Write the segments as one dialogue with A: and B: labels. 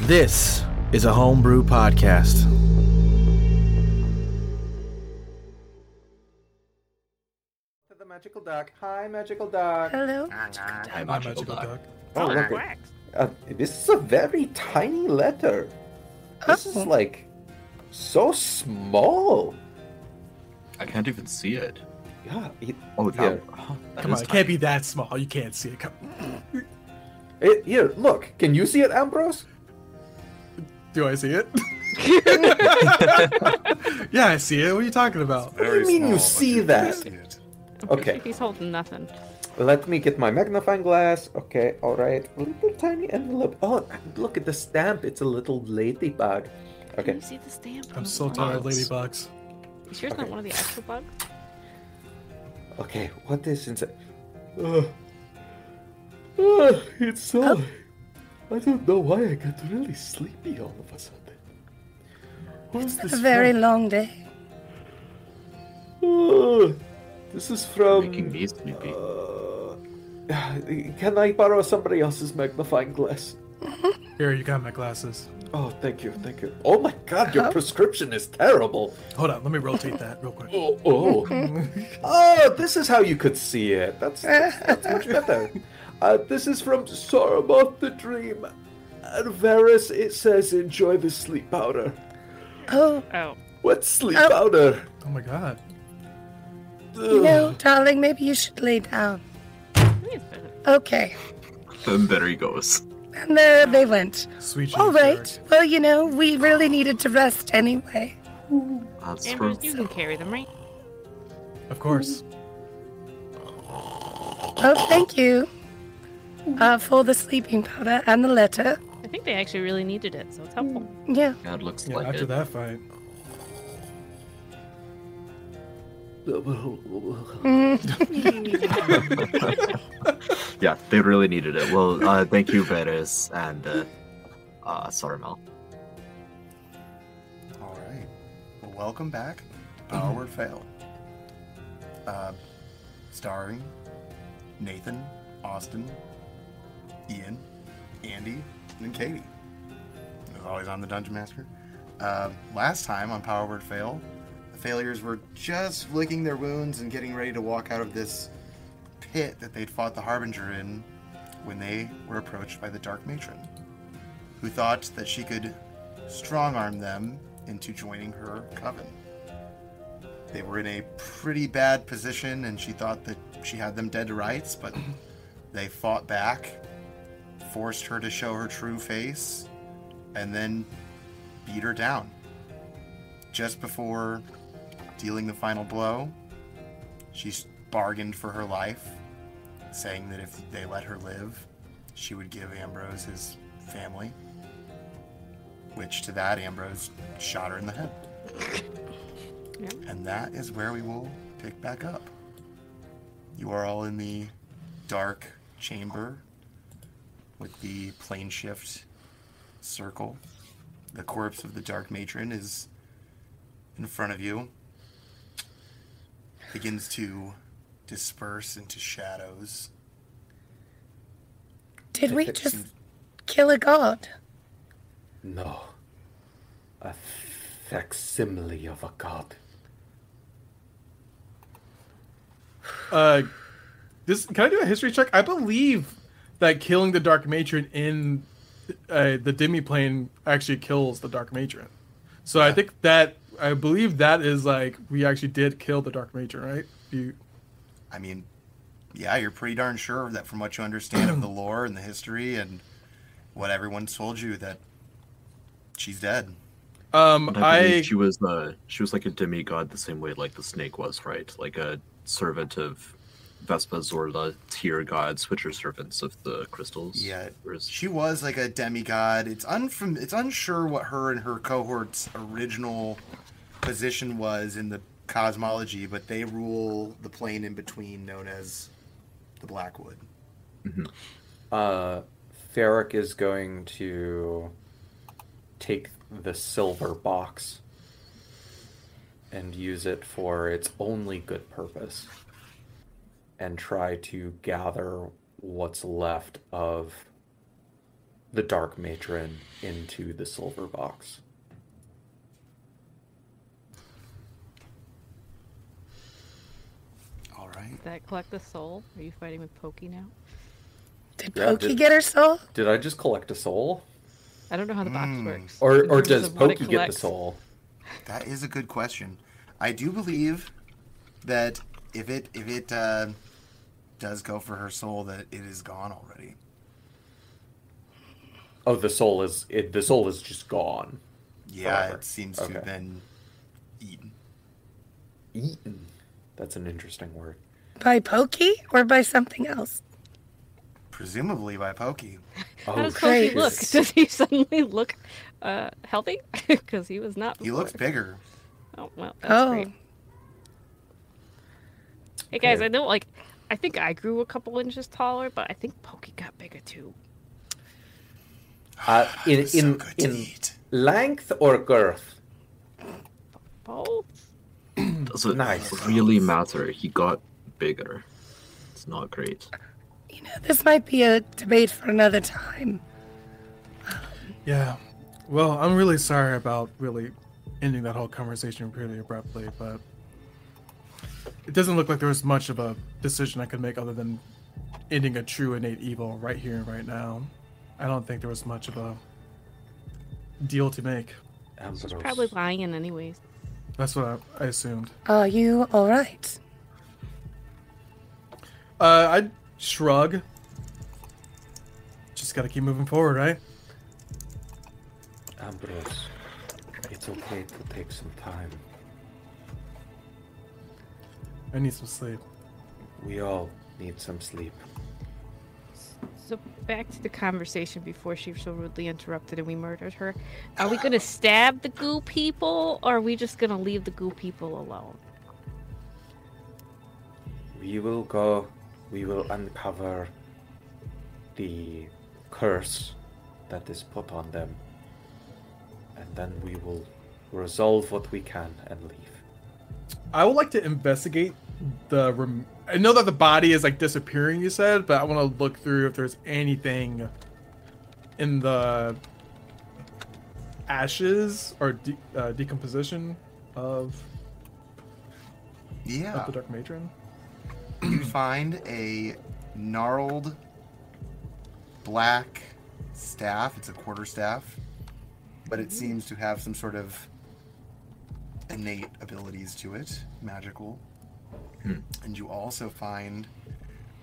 A: This is a homebrew podcast.
B: to the magical duck. Hi, magical duck.
C: Hello.
D: I'm
E: My magical duck.
B: Oh, look it. Uh, this is a very tiny letter. This is like so small.
D: I can't even see it.
B: Yeah, it,
D: Oh,
B: here,
D: that, oh, that
E: Come on,
D: is
E: it can't be that small. You can't see it. Come,
B: it, here. Look, can you see it, Ambrose?
E: do I see it? yeah, I see it. What are you talking about?
B: What do you mean you see that? Okay,
C: He's holding nothing.
B: let me get my magnifying glass. Okay, all right. Little tiny envelope. Oh, look at the stamp. It's a little ladybug.
C: Can
B: Okay,
C: you see the stamp?
E: I'm so
C: tired.
E: tired, ladybugs.
C: You sure it's not one of the actual bugs?
B: okay. What is inside? Ugh. Ugh, Uh, it's so. I don't know why I got really sleepy all of a sudden.
E: Who's this?
F: A very
E: from?
F: long day.
B: Uh, this is from.
D: making me sleepy.
B: uh, can I borrow somebody else's magnifying glass?
E: Here, you got my glasses.
B: Oh, thank you, thank you. Oh my god, your prescription is terrible.
E: Hold on, let me rotate that real quick.
B: Oh, oh. oh this is how you could see it. That's, that's, that's much better. Uh, this is from Soromoth the Dream. And Varus, it says, enjoy the sleep powder.
F: Oh,
C: Oh.
B: What sleep
F: Oh.
B: powder?
E: Oh my god.
F: you know, darling, maybe you should lay down. Okay.
D: And there he goes.
F: And there they went.
E: Sweet Jesus.
F: All right.
E: Eric.
F: Well, you know, we really needed to rest anyway.
D: That's
C: Ambrose,
D: from-
C: you can carry them, right?
E: Of course.
F: Oh, thank you uh, for the sleeping powder and the letter.
C: I think they actually really needed it, so it's helpful.
F: Yeah.
D: Yeah, it looks
E: Yeah,
D: like
E: after
D: it.
E: that fight.
D: Yeah, they really needed it. Well, uh, thank you, Varys and uh, uh, Saramel.
G: All right. Well, welcome back to Power Word Fail. Uh, starring Nathan, Austin, Ian, Andy, and Katie. As always, I'm the Dungeon Master. Uh, last time on Power Word Fail, the failures were just licking their wounds and getting ready to walk out of this pit that they'd fought the Harbinger in when they were approached by the Dark Matron, who thought that she could strong arm them into joining her coven. They were in a pretty bad position, and she thought that she had them dead to rights, but they fought back, forced her to show her true face, and then beat her down. Just before dealing the final blow, she s- bargained for her life, saying that if they let her live, she would give Ambrose his family which to that Ambrose shot her in the head.
C: Yeah.
G: And that is where we will pick back up. You are all in the dark chamber with the plane shift circle. The corpse of the dark matron is in front of you. Begins to disperse into shadows.
F: Did we just kill a god?
B: No. A facsimile of a god.
E: Uh, this can I do a history check? I believe that killing the Dark Matron in uh, the Demiplane actually kills the Dark Matron. So I think that I believe that is like we actually did kill the Dark Matron, right? You,
G: I mean, yeah, you're pretty darn sure of that from what you understand of the lore and the history and what everyone's told you that she's dead.
E: um,
D: And I believe
E: I
D: she was uh, she was like a demigod the same way like the snake was, right? Like a servant of Vespa Zorla, tier gods, which are servants of the crystals.
G: Yeah.
D: Or is-
G: She was like a demigod. It's unfam- it's unsure what her and her cohort's original position was in the cosmology, but they rule the plane in between known as the Blackwood.
B: Uh, Ferric is going to take the silver box and use it for its only good purpose and try to gather what's left of the dark matron into the silver box.
G: All right.
C: Does that collect the soul? Are you fighting with Pokey now?
F: Did
B: Yeah,
F: Pokey
B: did-
F: get her soul?
B: Did I just collect a soul,
C: I don't know how the box
G: Mm.
C: works.
B: Hmm. or
C: in
B: or
C: terms
B: does
C: of what it
B: Pokey get the
C: collects.
B: soul?
G: That is a good question. I do believe that if it if it uh, does go for her soul, that it is gone already.
B: Oh, the soul is it, the soul is just gone,
G: Yeah,
B: Forever.
G: it seems to
B: Okay.
G: have been eaten.
B: eaten. That's an interesting word.
F: By Pokey or by something else?
G: Presumably by Pokey.
C: How
B: Oh,
C: does Pokey
F: Christ.
C: look? Does he suddenly look uh, healthy? Because he was not.
G: He looks
C: before.
G: bigger.
C: Oh well. That's oh. Great. Hey guys,
B: Okay.
C: I know like I think I grew a couple inches taller, but I think Pokey got bigger too.
B: uh, in in
G: It's so good to
B: in
G: eat.
B: length or girth?
C: Both.
D: Does it
B: Nice.
D: really matter? He got bigger. It's not great.
F: You know, this might be a debate for another time.
E: Yeah. Well, I'm really sorry about really ending that whole conversation pretty abruptly, but it doesn't look like there was much of a decision I could make other than ending a true innate evil right here and right now. I don't think there was much of a deal to make.
C: He's
B: Ambrose.
C: probably lying in anyways.
E: That's what I, I assumed.
F: Are you all right?
E: Uh, I shrug. Just gotta keep moving forward, right?
B: Ambrose, it's okay to take some time.
E: I need some sleep.
B: We all need some sleep.
C: So back to the conversation before she so rudely interrupted and we murdered her. Are we gonna stab the goo people or are we just gonna leave the goo people alone?
B: We will go. We will uncover the curse that is put on them. And then we will resolve what we can and leave.
E: I would like to investigate the. Rem- I know that the body is like disappearing, you said, but I want to look through if there's anything in the ashes or de- uh, decomposition of,
G: Yeah.
E: of the Dark Matron.
G: you find a gnarled black staff. It's a quarter staff, but it seems to have some sort of innate abilities to it, magical.
D: Hmm.
G: And you also find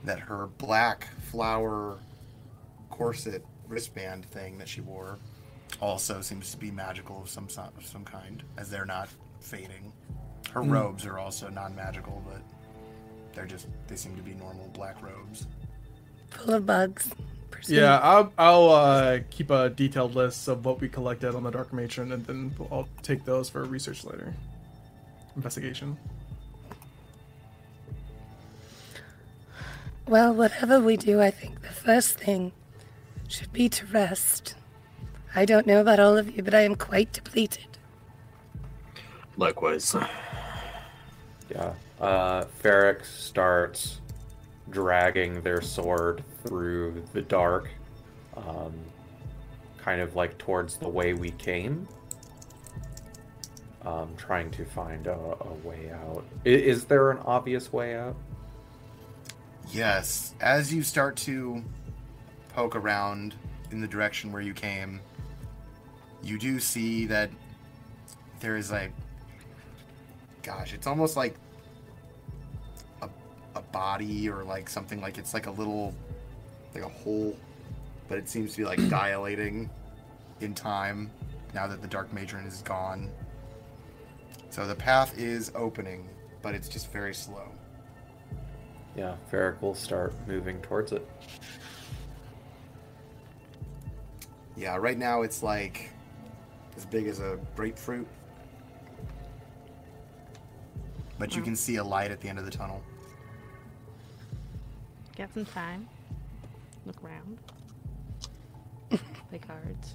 G: that her black flower corset wristband thing that she wore also seems to be magical of some so- of some kind, as they're not fading. Her robes are also non-magical, but they're just they seem to be normal black robes.
F: Full of bugs. Pursue.
E: Yeah, I'll, I'll uh, keep a detailed list of what we collected on the Dark Matron, and then I'll take those for research later. Investigation.
F: Well, whatever we do, I think the first thing should be to rest. I don't know about all of you, but I am quite depleted.
D: Likewise.
B: Yeah. Uh, Ferric starts dragging their sword through the dark, um, kind of like towards the way we came, um, trying to find a, a way out. I- is there an obvious way out?
G: Yes, as you start to poke around in the direction where you came, you do see that there is like gosh, it's almost like a, a body or like something like it's like a little like a hole, but it seems to be like dilating in time now that the dark matron is gone. So the path is opening, but it's just very slow.
B: Yeah, Ferric will start moving towards it.
G: Yeah, right now it's like as big as a grapefruit. But you can see a light at the end of the tunnel.
C: Got some time. Look around. Play cards.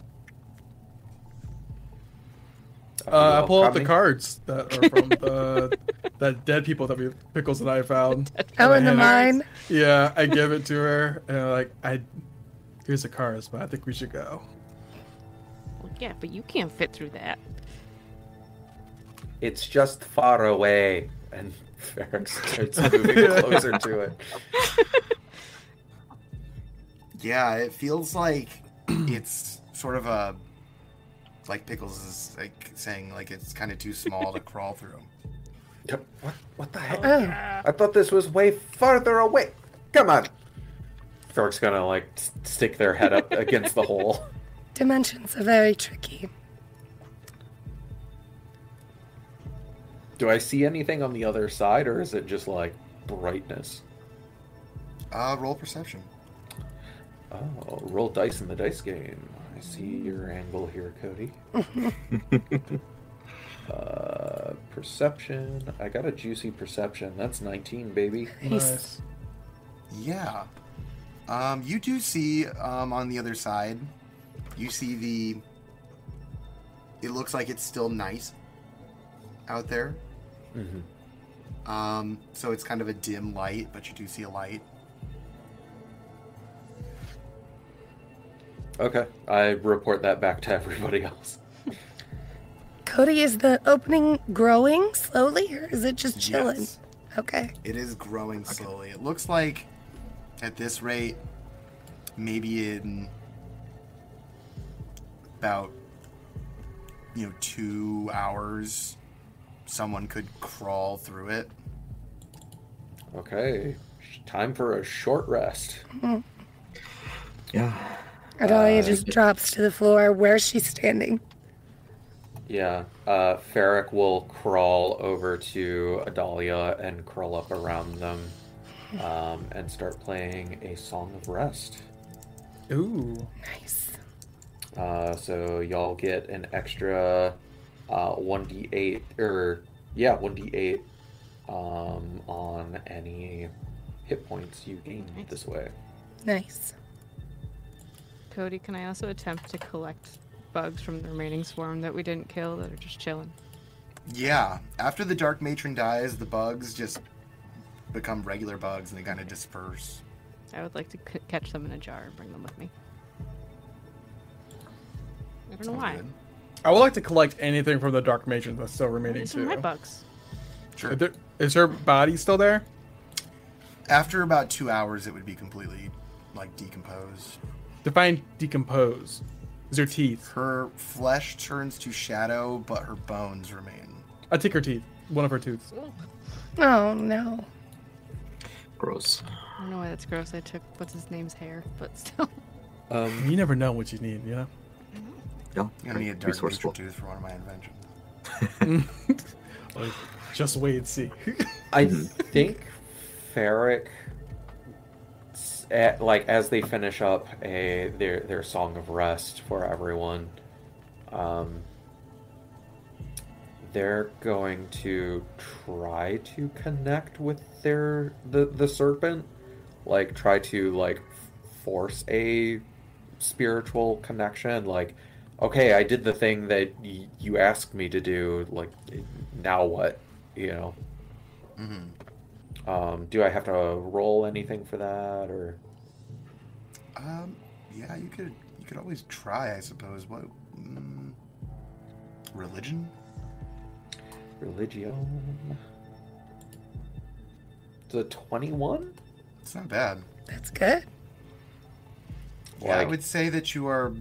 E: Uh, I
B: Well,
E: Uh, pull out the
B: coming.
E: cards that are from the that dead people that we pickles and I found.
F: Oh, and the
E: I hand it-
F: mine.
E: Yeah, I give it to her, and I'm like I Here's a charisma. I think we should go.
C: Well, yeah, but you can't fit through that.
B: It's just far away. And Ferric starts moving closer to it.
G: Yeah, it feels like it's sort of a like pickles is like saying like it's kind of too small to crawl through.
B: Yep. What, what the heck?
F: Oh,
B: I thought this was way farther away. Come on. Ferric's gonna like s- stick their head up against the hole.
F: dimensions are very tricky.
B: Do I see anything on the other side, or is it just like brightness?
G: Uh, roll perception.
B: Oh, roll dice in the dice game. I see your angle here, Cody. uh, perception. I got a juicy perception. That's 19, baby.
E: Nice.
G: Yeah. Um, you do see um, on the other side, you see the. It looks like it's still nice out there.
B: Mm-hmm.
G: Um, so it's kind of a dim light, but you do see a light.
B: Okay, I report that back to everybody else.
F: Cody, is the opening growing slowly or is it just chilling?
G: Yes.
F: Okay.
G: It is growing slowly. It looks like at this rate, maybe in about you know two hours, someone could crawl through it.
B: Okay, sh- time for a short rest.
D: Yeah.
F: Adalia
B: Uh,
F: just drops to the floor where she's standing.
B: Yeah, uh, Ferric will crawl over to Adalia and curl up around them um, and start playing a song of rest.
E: Ooh.
F: Nice.
B: Uh, so y'all get an extra uh, 1d8, or er, yeah, 1d8 um, on any hit points you gain this way.
F: Nice.
C: Cody, can I also attempt to collect bugs from the remaining swarm that we didn't kill that are just chilling?
G: Yeah. After the dark matron dies, the bugs just become regular bugs and they kind of disperse.
C: I would like to c- catch them in a jar and bring them with me. I don't know
G: Sounds
C: why.
G: good.
E: I would like to collect anything from the dark matron that's still remaining
C: These are
E: too.
C: my bugs.
G: Sure.
E: Is there- Is her body still there?
G: After about two hours, it would be completely like decomposed.
E: Define decompose. Is her teeth?
G: Her flesh turns to shadow, but her bones remain.
E: I take her teeth. One of her teeth.
F: Oh no.
D: Gross.
C: I don't know why that's gross. I took what's his name's hair, but still.
B: Um,
E: You never know what you need, you know.
D: Yeah.
G: I'm gonna need a dark matron tooth for one of my inventions.
E: Like, just wait and see.
B: I think Ferric, s- at, like as they finish up a their their song of rest for everyone, um, they're going to try to connect with their the the serpent, like try to like force a spiritual connection, like. Okay, I did the thing that y- you asked me to do. Like, now what? You know.
G: Mm-hmm.
B: Um, do I have to roll anything for that, or
G: Um, yeah, you could you could always try, I suppose. What mm, religion?
B: religion? The twenty-one.
G: It's not bad.
F: That's good.
G: Yeah, I
B: Like-
G: would say that you are,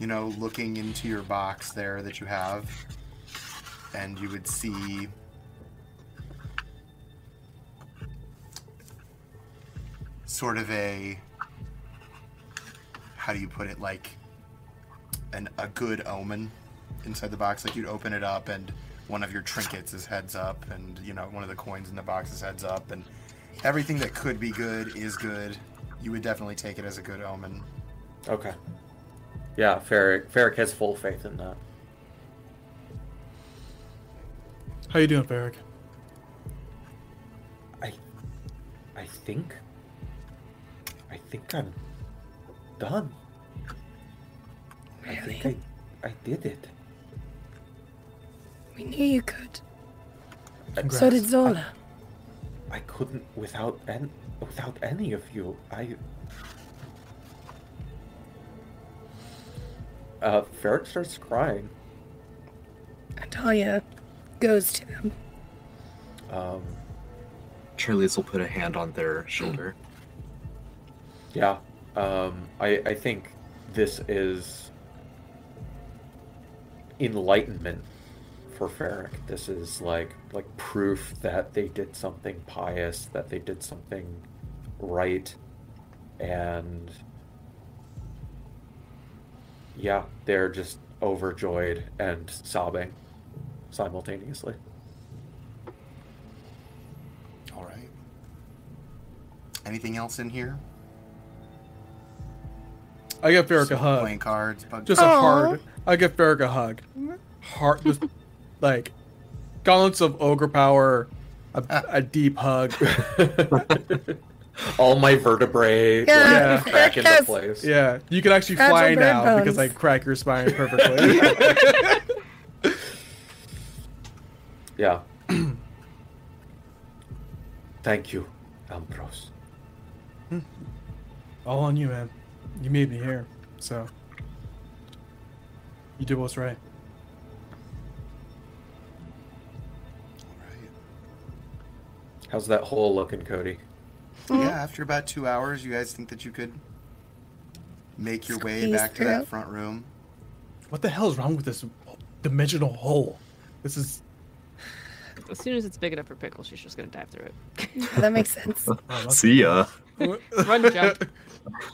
G: you know, looking into your box there that you have, and you would see. Sort of a. How do you put it? Like an, a good omen inside the box. Like you'd open it up, and one of your trinkets is heads up, and, you know, one of the coins in the box is heads up, and everything that could be good is good. You would definitely take it as a good omen.
B: Okay. Yeah, Ferric. Ferric has full faith in that.
E: How you doing, Ferric?
B: I, I think. I think I'm done. I
F: Really?
B: think I, I did it.
F: We knew you could.
E: Congrats.
F: So did Zola.
B: I couldn't without and without any of you. I Uh, Ferret starts crying.
F: Natalia goes to them.
B: Um,
D: Charlize will put a hand on their shoulder.
B: yeah. Um, I, I think this is enlightenment for Ferric. This is like like proof that they did something pious, that they did something right, and yeah, they're just overjoyed and sobbing simultaneously.
G: All right. Anything else in here?
E: I give Ferric a
G: Some
E: hug.
G: Playing cards. Bug
E: Just a hard. I give Ferric a hug. Heart, just like gauntlets of ogre power, a, a deep hug.
B: All my vertebrae
F: Yeah.
B: like, crack into
F: Yes.
B: place.
E: Yeah, you can actually
F: Fragile
E: fly
F: bird
E: now because I
F: bones.
E: crack your spine perfectly.
B: Yeah. Thank you, Ambrose.
E: All on you, man. You made me here, so you did what's right.
G: All right.
B: How's that hole looking, Cody?
G: Yeah. After about two hours, you guys think that you could make your way
F: Squeeze
G: back to that
F: through.
G: front room.
E: What the hell is wrong with this dimensional hole? This is
C: As soon as it's big enough for Pickle, she's just gonna dive through it.
F: Yeah, that makes sense.
E: Oh,
D: See ya.
C: Run, jump,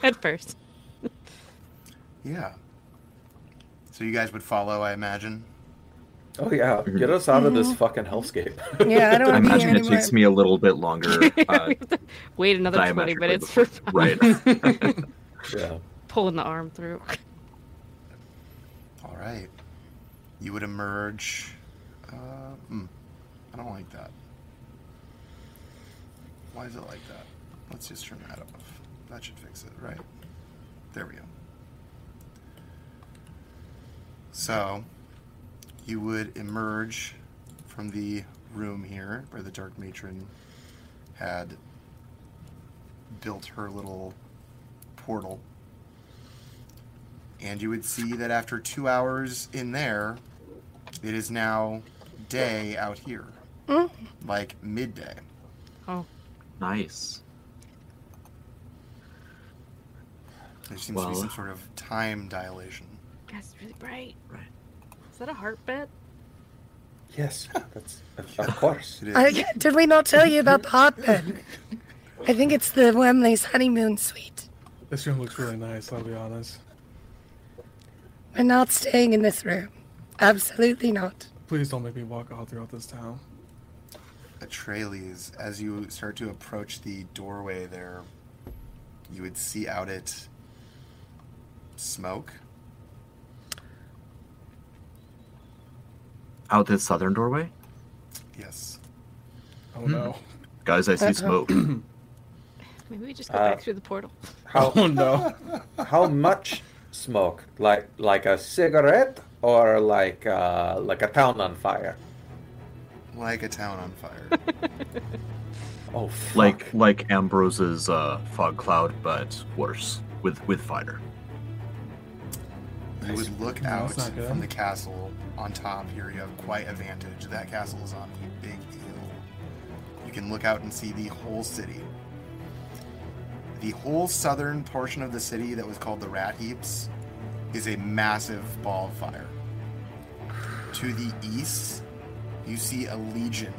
C: head first.
G: Yeah. So you guys would follow, I imagine.
B: Oh yeah, get us out of this fucking hellscape.
F: Yeah, I don't want to be
D: I
F: here
D: imagine it
F: anymore.
D: takes me a little bit longer. Uh,
C: We have to Wait another twenty
D: diametrically
C: minutes for
D: before- right.
B: yeah.
C: pulling the arm through.
G: All right. You would emerge. Uh, hmm. I don't like that. Why is it like that? Let's just turn that off. That should fix it, right? There we go. So, you would emerge from the room here where the Dark Matron had built her little portal and you would see that after two hours in there, it is now day out here, like midday.
C: Oh,
D: nice.
G: There seems to
D: Well-
G: be some sort of time dilation.
C: that's really bright.
D: Right.
C: Is that a heartbeat?
B: Yes, that's of course.
G: It is.
F: I, did we not tell you about the hotbed? I think it's the Wemley's honeymoon suite.
E: this room looks really nice. I'll be honest.
F: We're not staying in this room. Absolutely not.
E: Please don't make me walk all throughout this town.
G: Atreides, as you start to approach the doorway there, you would see out it smoke.
D: Out the southern doorway,
G: Yes.
E: Oh no.
D: guys. I see
F: Uh-oh.
D: smoke.
C: Maybe we just go
B: Uh,
C: back through the portal.
E: Oh
B: How
E: no.
B: how much smoke? Like like a cigarette or like uh like a town on fire?
G: Like a town on fire.
B: Oh fuck.
D: like like Ambrose's uh, fog cloud, but worse with with fire.
G: you would look
E: No,
G: out
E: that's not good.
G: from the castle on top here. You have quite a vantage. That castle is on a big hill. You can look out and see the whole city. The whole southern portion of the city that was called the Rat Heaps is a massive ball of fire. To the east, you see a legion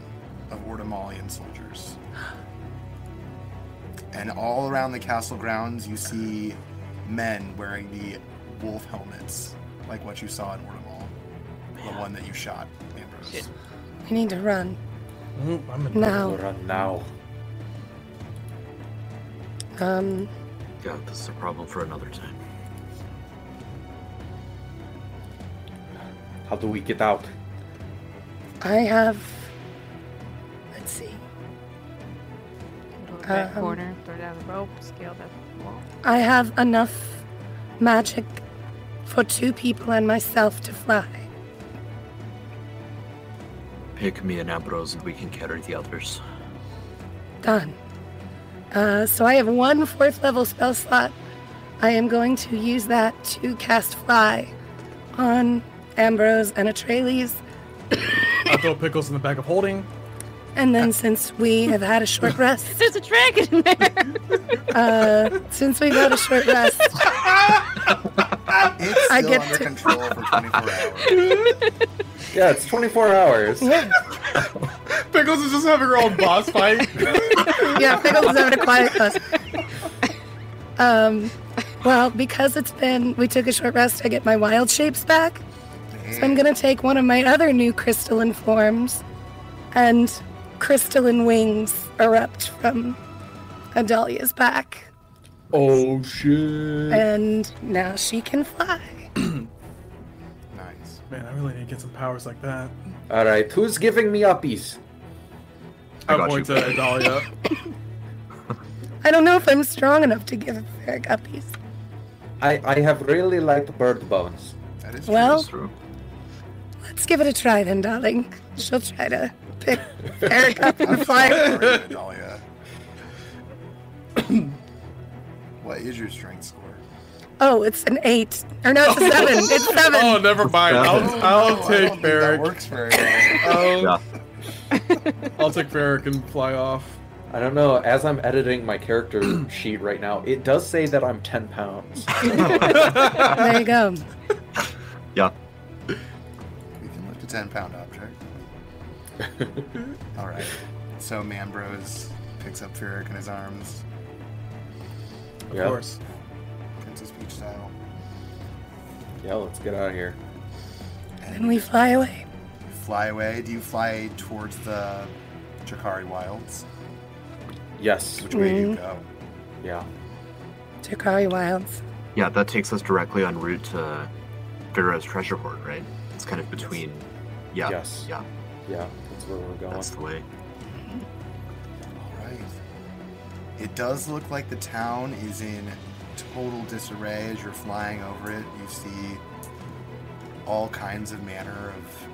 G: of Ordamalian soldiers. And all around the castle grounds, you see men wearing the wolf helmets, like what you saw in Ordamal, the one that you shot, Ambrose.
C: Shit.
F: We need to run
E: Oop, I'm in
B: We'll
F: now.
B: run now.
F: Um,
D: Yeah, this is a problem for another time.
B: How do we get out?
F: I have. Let's see.
C: Go to that
F: Um,
C: corner, throw down the rope, scale that wall.
F: I have enough magic for two people and myself to fly.
D: Pick me and Ambrose, and we can carry the others.
F: Done. Uh, so I have one fourth level spell slot. I am going to use that to cast fly on Ambrose and Atreides.
E: I'll throw pickles in the bag of holding.
F: And then, since we have had a short rest,
C: There's a dragon in there.
F: uh, since we've had a short rest,
G: It's still
F: I get
G: under
F: to-
G: control for 24 hours.
B: Yeah, it's 24 hours.
F: yeah,
E: Pickles is just having her own boss fight.
F: yeah, Pickles is having a quiet us. Um, well, because it's been we took a short rest, I get my wild shapes back. So I'm gonna take one of my other new crystalline forms, and crystalline wings erupt from Adalia's back,
B: Oh, shit.
F: and now she can fly.
G: Nice.
E: Man, I really need to get some powers like that.
B: All right, who's giving me uppies?
D: I
E: I'm
D: got
E: going
D: you.
E: to Adalia.
F: I don't know if I'm strong enough to give her guppies.
B: I, I have really liked bird bones.
G: That is
F: Well,
D: That's true.
F: let's give it a try then, darling. She'll try to pick Eric up and fly.
G: true. Dahlia. what is your strength score?
F: Oh, it's an eight. Or no, it's a seven. It's seven.
E: Oh, never mind. I'll, I'll
G: Oh, I don't
E: take
G: think That
E: Ferric.
G: works very well.
E: I'll,
D: Yeah.
E: I'll take Ferric and fly off.
B: I don't know. As I'm editing my character sheet right now, it does say that I'm 10 pounds.
F: There you go.
D: Yeah.
G: We
E: Um,
G: can lift a 10 pound object. All right. So Manbros picks up Ferric in his arms,
E: Of
B: Yeah.
E: course.
G: Princess Peach style.
B: Yeah, let's get out of here.
F: And we fly away.
G: You fly away. Do you fly towards the Jakari Wilds?
B: Yes.
G: Which way do you go?
B: Yeah.
F: Jakari Wilds.
D: Yeah, that takes us directly en route to Pharaoh's treasure hoard, right? It's kind of between. Yeah.
B: Yes.
D: Yeah.
B: Yeah, that's where we're going.
D: That's the way.
G: All right. It does look like the town is in total disarray as you're flying over it. You see all kinds of manner of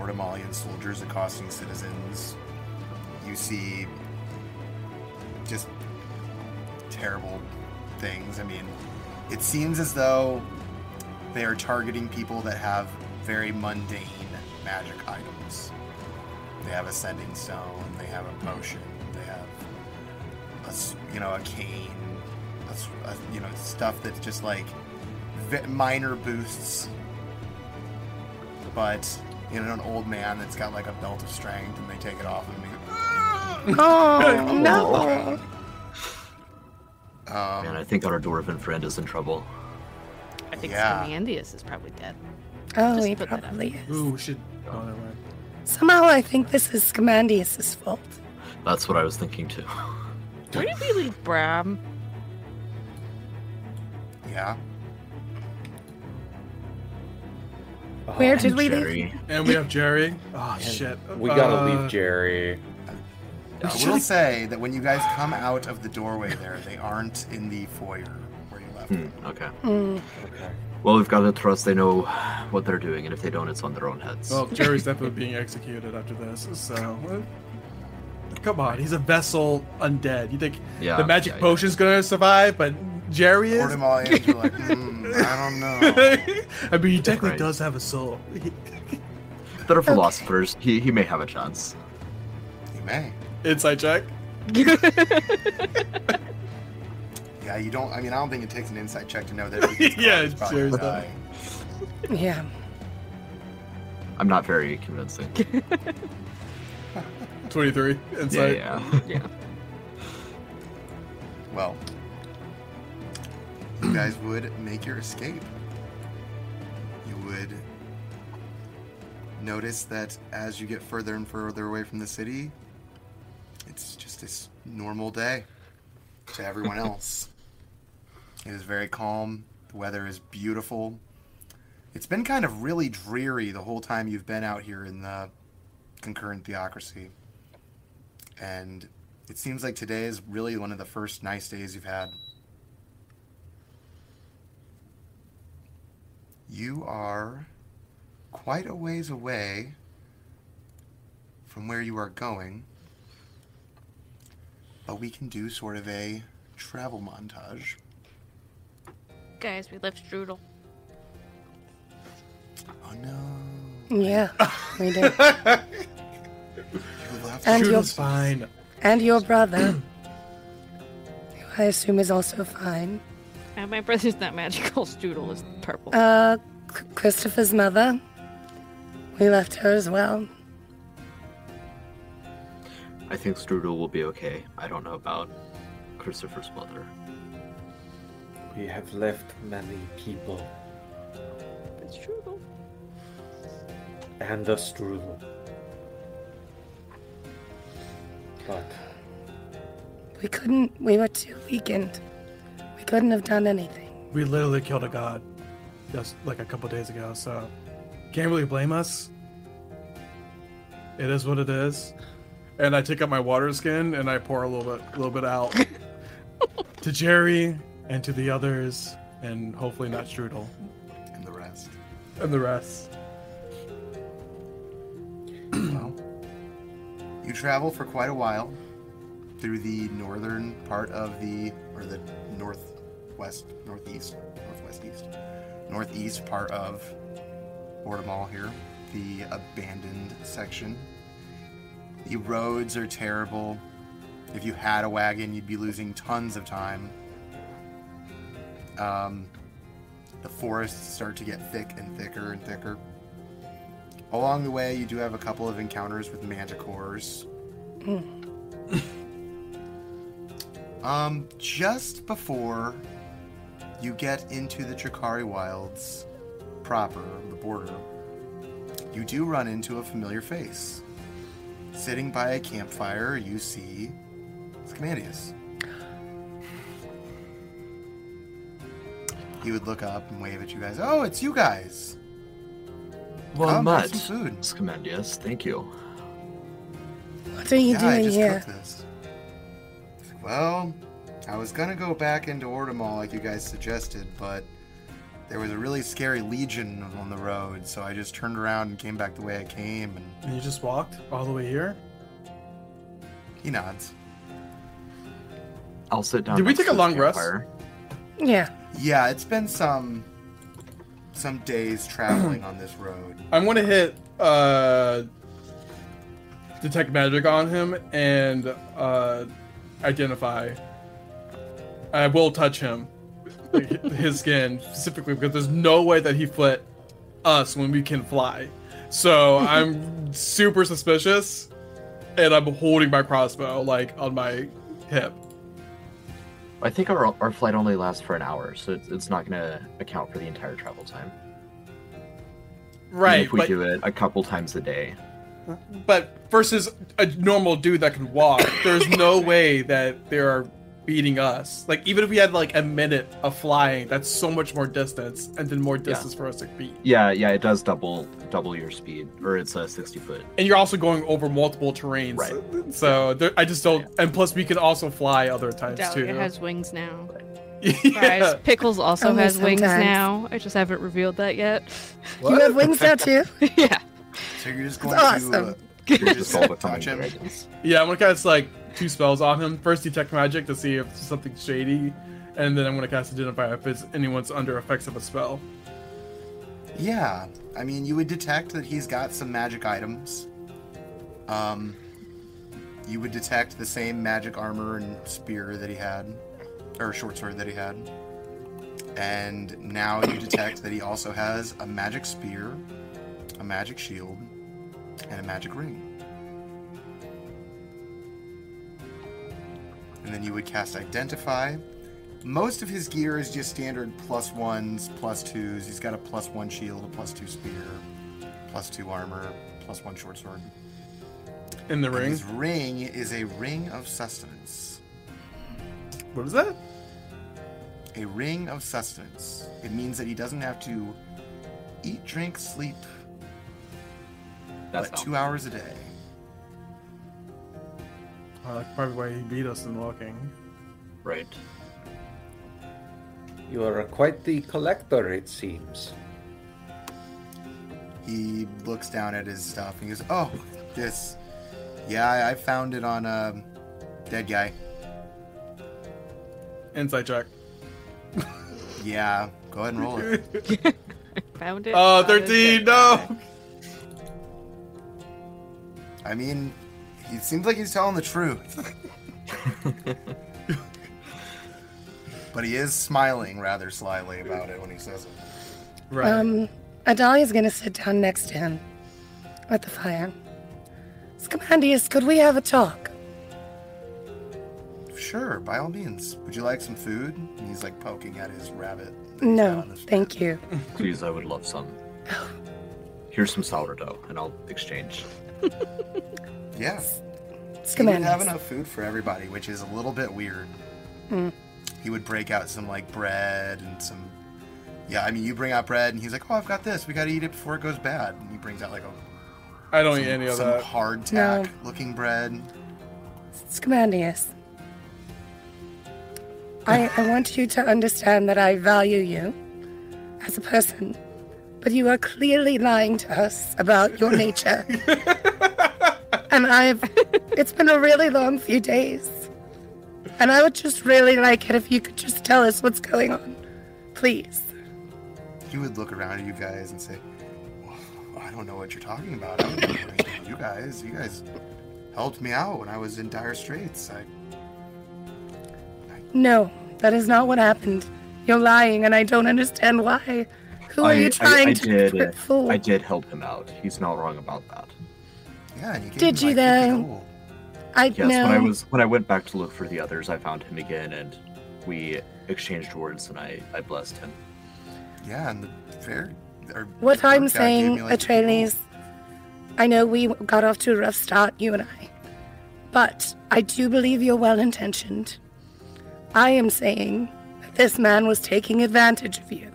G: Ordomalian soldiers accosting citizens. You see just terrible things. I mean, it seems as though they are targeting people that have very mundane magic items. They have a sending stone. They have a potion. They have, a, s- you know, a cane. A, s- a- you know, stuff that's just like v- minor boosts. But you know, an old man that's got like a belt of strength, and they "Ah!" Um, take it off and me.
F: Oh, no.
D: Man, I
G: Um,
D: think our dwarven friend is in trouble.
C: I think
G: Yeah.
C: Scamandius is probably dead.
F: Oh,
C: Just
F: he
C: put that up.
F: probably
E: Ooh,
F: is.
E: we should. Oh, never mind.
F: Somehow I think this is Scamandius' fault.
D: That's what I was thinking too.
C: Where did we leave Bram?
G: yeah.
B: Oh,
F: Where did we leave?
D: Jerry.
E: And we have Jerry. Oh,
B: man,
E: shit.
B: We gotta
E: Uh,
B: leave Jerry.
G: I will say that when you guys come out of the doorway there, they aren't in the foyer where you left
D: Hmm,
G: them.
D: okay.
F: Hmm.
B: Okay.
D: Well, we've got to trust they know what they're doing, and if they don't, it's on their own heads.
E: Well, Jerry's definitely being executed after this, so. Come on, he's a vessel undead. You think
D: Yeah,
E: the magic
D: yeah, yeah.
E: potion's gonna survive, but Jerry is?
G: Ordomalians are like, mm, I don't know.
E: I mean, he technically
D: Right.
E: does have a soul.
D: They're philosophers. He, he may have a chance.
G: You may.
E: Inside check.
G: Yeah, you don't. I mean, I don't think it takes an insight check to know that. everything's
E: Yeah,
G: gone. It's probably
E: sure, it's
G: dying.
F: Yeah.
D: I'm not very convincing.
E: 23.
D: yeah,
E: Inside.
D: yeah.
C: Yeah.
G: Well, you guys would make your escape. You would notice that as you get further and further away from the city, it's just this normal day to everyone else. it is very calm. The weather is beautiful. It's been kind of really dreary the whole time you've been out here in the concurrent theocracy. And it seems like today is really one of the first nice days you've had. You are quite a ways away from where you are going, but we can do sort of a travel montage.
C: Guys, we left Strudel.
G: Oh,
F: Yeah, we do.
G: You left
F: And
E: Shoot
F: you'll-
E: is fine.
F: And your brother, who I assume is also fine.
C: And my brother's not magical. Strudel is purple.
F: Uh, C- Christopher's mother. We left her as well.
D: I think Strudel will be okay. I don't know about Christopher's mother.
B: We have left many people
C: It's Strudel.
B: and the strudel. But
F: We couldn't. We were too weakened. We couldn't have done anything.
E: We literally killed a god just like a couple days ago, so can't really blame us. It is what it is. And I take out my water skin and I pour a little bit, little bit out to Jerry and to the others, and hopefully not Strudel
G: and the rest.
E: and the rest.
G: Well, you travel for quite a while through the northern part of the, or the northwest, northeast, northwest east, northeast part of Ordemal here, the abandoned section. The roads are terrible. If you had a wagon, you'd be losing tons of time. Um, the forests start to get thick and thicker and thicker. Along the way, you do have a couple of encounters with manticores. um, just before you get into the Chikari Wilds proper, the border, you do run into a familiar face. Sitting by a campfire, you see Scamandius. He would look up and wave at you guys. Oh, it's you guys!
D: Well,
G: Come,
D: much.
G: have some food.
D: Scamandius, thank you.
F: What are you
G: yeah, I
F: doing
G: just
F: here?
G: cooked this. It's like, Well, I was gonna go back into Ordemal like you guys suggested, but there was a really scary legion on the road, so I just turned around and came back the way I came. And
E: And you just walked all the way here?
G: he nods.
D: I'll sit down.
E: Did we
D: next
E: take
D: to
E: a
D: the
E: long rest?
D: campfire.
F: Yeah.
G: Yeah, it's been some some days traveling on this road.
E: I'm gonna hit uh detect magic on him and uh identify. I will touch him, like, his skin specifically, because there's no way that he flit us when we can fly. So I'm super suspicious, and I'm holding my crossbow like on my hip.
D: I think our, our flight only lasts for an hour, so it's, it's not going to account for the entire travel time. Even
E: Right,
D: if we
E: but,
D: do it a couple times a day.
E: but versus a normal dude that can walk, there's no way that they are beating us. Like even if we had like a minute of flying, that's so much more distance, and then more distance for us to beat.
D: Yeah, yeah, it does double double your speed, or it's a sixty foot.
E: And you're also going over multiple terrains,
D: Right.
E: so there, I just don't. And plus, we can also fly other times too.
C: Dahlia has wings now.
E: yeah.
C: Guys, Pickles also
F: Only
C: has wings
F: sometimes.
C: now. I just haven't revealed that yet.
F: You have wings now too.
C: yeah.
G: So you're just going
F: That's
G: to uh,
F: awesome.
G: you're just
D: all
G: gonna touch him.
E: yeah, I'm gonna cast like two spells on him. First, detect magic to see if something's shady, and then I'm gonna cast identify if it's anyone's under effects of a spell.
G: Yeah, I mean, you would detect that he's got some magic items. Um, you would detect the same magic armor and spear that he had, or short sword that he had. And now you detect that he also has a magic spear, a magic shield, and a magic ring. And then you would cast Identify. Most of his gear is just standard plus ones, plus twos. He's got a plus one shield, a plus two spear, plus two armor, plus one short sword.
E: In the
G: And
E: ring,
G: His ring is a ring of sustenance.
E: what is that?
G: A ring of sustenance. It means that he doesn't have to eat, drink, sleep,
D: That's
G: but
D: not-
G: two hours a day.
E: Oh, that's probably why he beat us in walking.
D: right.
B: you are quite the collector, it seems.
G: He looks down at his stuff and he goes, "Oh, this. Yeah, I- I found it on a dead guy.
E: Insight check.
G: Yeah, go ahead and roll it."
C: Found it.
E: Oh,
C: Found it.
E: 13, no!
G: I mean, he seems like he's telling the truth. but he is smiling rather slyly about it when he says it.
E: Right.
F: Um, Adalia's gonna sit down next to him at the fire. Scamandius, could we have a talk?
G: Sure, by all means. Would you like some food? And he's like poking at his rabbit.
F: No, thank you.
D: Please, I would love some. Here's some sourdough, and I'll exchange.
G: Yeah. He would have
F: Scamandius.
G: enough food for everybody, which is a little bit weird.
F: Hmm.
G: He would break out some like bread and some. Yeah, I mean, you bring out bread, and he's like, "Oh, I've got this. We got to eat it before it goes bad." And he brings out like a
E: I don't
G: some,
E: eat any of
G: some
E: that.
G: hardtack looking bread.
F: Scamandius. I, I want you to understand that I value you as a person, but you are clearly lying to us about your nature. and I've. It's been a really long few days. And I would just really like it if you could just tell us what's going on. Please.
G: He would look around at you guys and say, well, "I don't know what you're talking about. I don't know anything about you guys, you guys helped me out when I was in dire straits. I,
F: No, that is not what happened. You're lying, and I don't understand why. Who are
D: I,
F: you trying
D: I, I
F: to
D: did.
F: fool?
D: I did help him out. He's not wrong about that.
G: yeah, and you gave
F: Did
G: me,
F: you,
G: like, 50
F: though?
G: gold.
F: I
D: Yes,
F: know.
D: when I was when I went back to look for the others, I found him again, and we exchanged words, and I I blessed him.
G: Yeah, and the fair. Or
F: What
G: the
F: I'm
G: bird guy gave
F: saying,
G: me, like,
F: Atreides, I know we got off to a rough start, you and I, but I do believe you're well intentioned. I am saying that this man was taking advantage of you.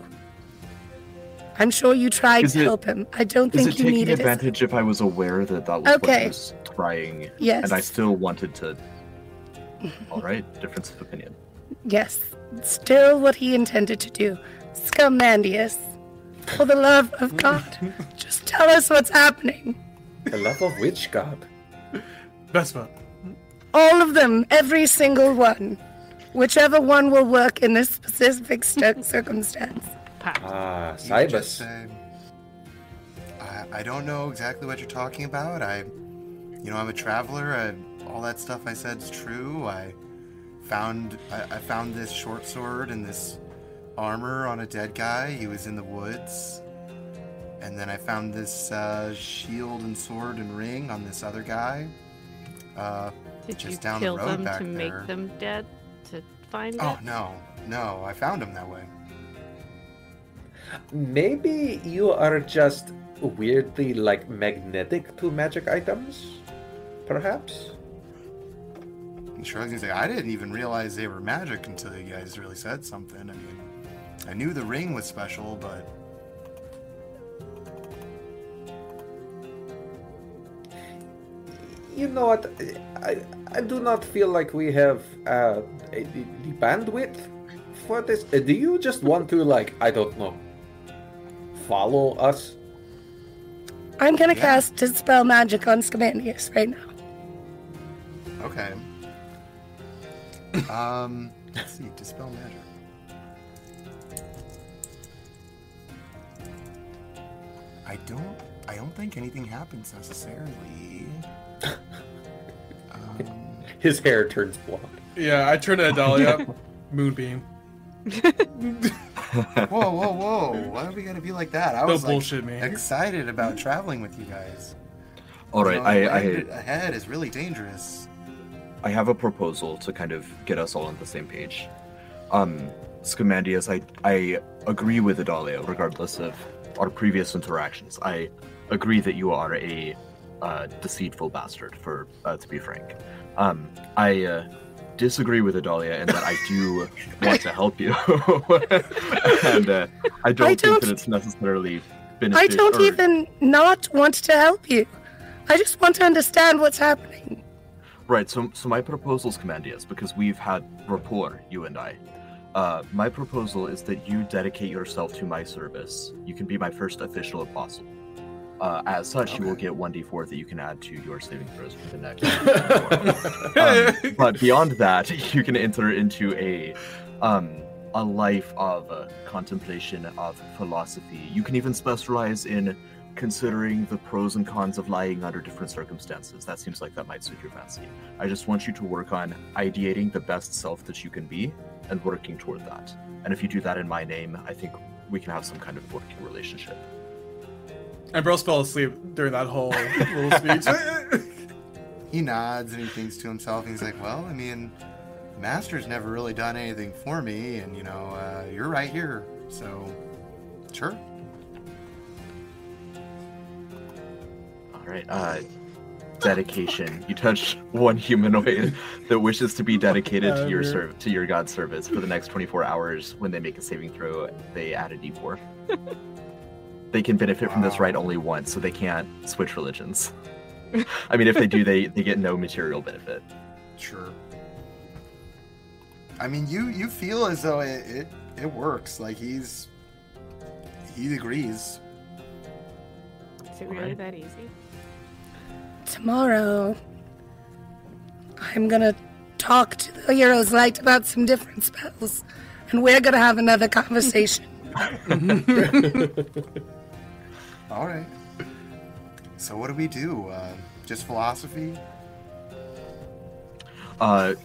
F: I'm sure you tried
D: Is
F: to
D: it-
F: help him. I don't
D: Is
F: think
D: it
F: you
D: taking
F: needed it.
D: advantage if I was aware that that was what
F: Okay.
D: he was trying?
F: Yes.
D: And I still wanted to. All right, difference of opinion.
F: Yes, still what he intended to do. Scamandius, for the love of God, just tell us what's happening.
B: The love of which god?
E: Vespa.
F: All of them, every single one. Whichever one will work in this specific stu- circumstance.
C: Pop.
B: Ah,
G: You could just
B: Cybus.
G: say, I, I don't know exactly what you're talking about. I, you know, I'm a traveler. I, all that stuff I said is true. I found I, I found this short sword and this armor on a dead guy. He was in the woods. And then I found this uh, shield and sword and ring on this other guy. Uh,
C: Did
G: just
C: you
G: down the
C: kill
G: road
C: them
G: back
C: to make
G: there.
C: them dead? To find
G: oh
C: them?
G: no, no! I found him that way.
B: Maybe you are just weirdly like magnetic to magic items? Perhaps?
G: And Sure, I was gonna say I didn't even realize they were magic until you guys really said something. I mean, I knew the ring was special, but
B: You know what? I, I do not feel like we have uh, a- the, the bandwidth for this. Uh, Do you just want to, like, I don't know, follow us?
F: I'm gonna
G: Yeah.
F: cast Dispel Magic on Scamandius right now.
G: okay. um, let's see, dispel magic. I don't. I don't think anything happens necessarily. Um,
B: His hair turns blonde.
E: Yeah, I turned to Adalia. Moonbeam.
G: whoa, whoa, whoa! Why are we gonna be like that? I
E: Don't
G: was like,
E: bullshit me.
G: excited about traveling with you guys.
D: All right,
G: You know,
D: I, I
G: land ahead is really dangerous.
D: I have a proposal to kind of get us all on the same page. Um, Scamandius, I, I agree with Adalia, regardless of our previous interactions. I agree that you are a uh, deceitful bastard, for uh, to be frank. Um, I uh, disagree with Adalia in that I do want to help you, and uh, I don't think
F: don't-
D: that it's necessarily
F: I
D: beneficial.
F: don't even not want to help you. I just want to understand what's happening.
D: Right, so so my proposal is Commandius, because we've had rapport, you and I. Uh, my proposal is that you dedicate yourself to my service. You can be my first official apostle. Uh, as such, you will
G: Okay.
D: get 1d4 that you can add to your saving throws for the next. um, but beyond that, you can enter into a um, a life of uh, contemplation of philosophy. You can even specialize in considering the pros and cons of lying under different circumstances, that seems like that might suit your fancy. I just want you to work on ideating the best self that you can be and working toward that. And if you do that in my name, I think we can have some kind of working relationship.
E: And Bros fell asleep during that whole little speech.
G: He nods and he thinks to himself, and he's like, "Well, I mean, Master's never really done anything for me, and you know, uh, you're right here, so sure."
D: All right. Uh, dedication. you touch one humanoid that wishes to be dedicated to your
E: Whatever.
D: serv- to your god's service for the next 24 hours. When they make a saving throw, they add a d4. they can benefit from this
G: Wow.
D: right only once, so they can't switch religions. I mean, if they do, they, they get no material benefit.
G: Sure. I mean, you you feel as though it it, it works. Like he's he
C: Is
G: agrees.
C: it really
D: Alright.
C: that easy?
F: Tomorrow, I'm gonna talk to the Heroes Light about some different spells, and we're gonna have another conversation.
G: All right. So what do we do? Uh, just philosophy?
D: uh,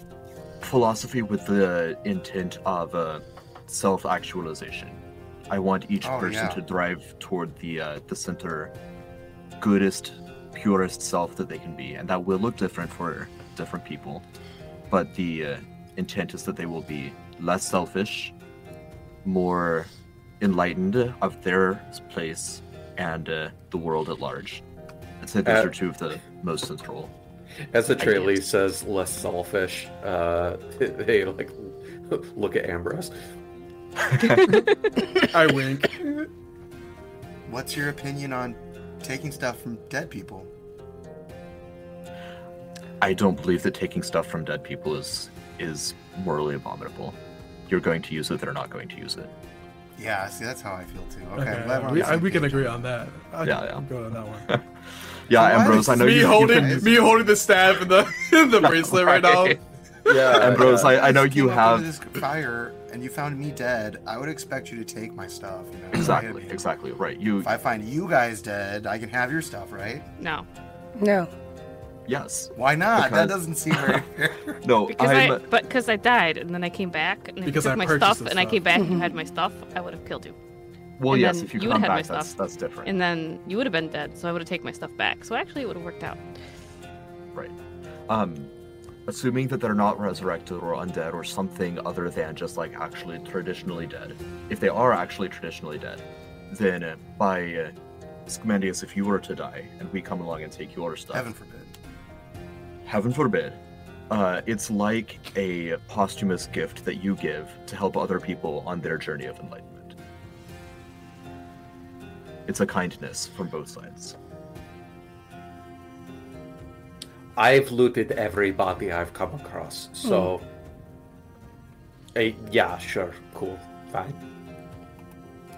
D: philosophy with the intent of uh, self-actualization. I want each
G: Oh,
D: person
G: yeah.
D: to drive toward the uh, the center, goodest, purest self that they can be, and that will look different for different people. But the uh, intent is that they will be less selfish, more enlightened of their place and uh, the world at large. I'd say those
B: Uh,
D: are two of the most central.
B: As the
D: Ideas.
B: Trailee says, less selfish. Uh, they like look at Ambrose.
E: I wink.
G: What's your opinion on taking stuff from dead people?
D: I don't believe that taking stuff from dead people is is morally abominable. You're going to use it; they're not going to use it.
G: Yeah, see, that's how I feel too. Okay,
E: Okay,
G: glad we're on
E: Uh, we,
G: the
E: I,
G: same
E: we can
G: page.
E: agree on that. I,
D: Yeah, yeah.
E: I'm good on that one.
D: Yeah,
G: So why
D: Ambrose, I
G: does
D: know
E: me
D: you. you
E: holding
D: can-
E: me holding the staff and the the bracelet right,
D: Right.
E: now.
B: Yeah,
D: Ambrose, I, I know
G: just
D: you
G: came up
D: have
G: into this fire, and you found me dead. I would expect you to take my stuff. You know? I
D: exactly,
G: mean,
D: exactly right. You
G: If I find you guys dead, I can have your stuff, right?
C: No,
F: No.
D: yes,
G: Why not?
D: Because-
G: That doesn't seem very fair.
D: no,
C: because i
D: I'm
C: but because I died and then I came back and then
E: Because
C: you took
E: I
C: my
E: purchased
C: stuff
E: the
C: and I
E: stuff.
C: came back and you had my stuff, I would have killed you.
D: well,
C: and
D: yes.
C: then
D: If you
C: you
D: come
C: had my
D: back, that's
C: stuff.
D: that's different.
C: And then you would have been dead, so I would have taken my stuff back. So actually, it would have worked out.
D: Right. Um, assuming that they're not resurrected or undead or something other than just like actually traditionally dead. If they are actually traditionally dead, then uh, by uh, Scamandius, if you were to die and we come along and take your stuff,
G: Heaven forbid.
D: heaven forbid, uh, it's like a posthumous gift that you give to help other people on their journey of enlightenment. It's a kindness from both sides.
B: I've looted every body I've come across, so. Eh, yeah, sure, cool, fine.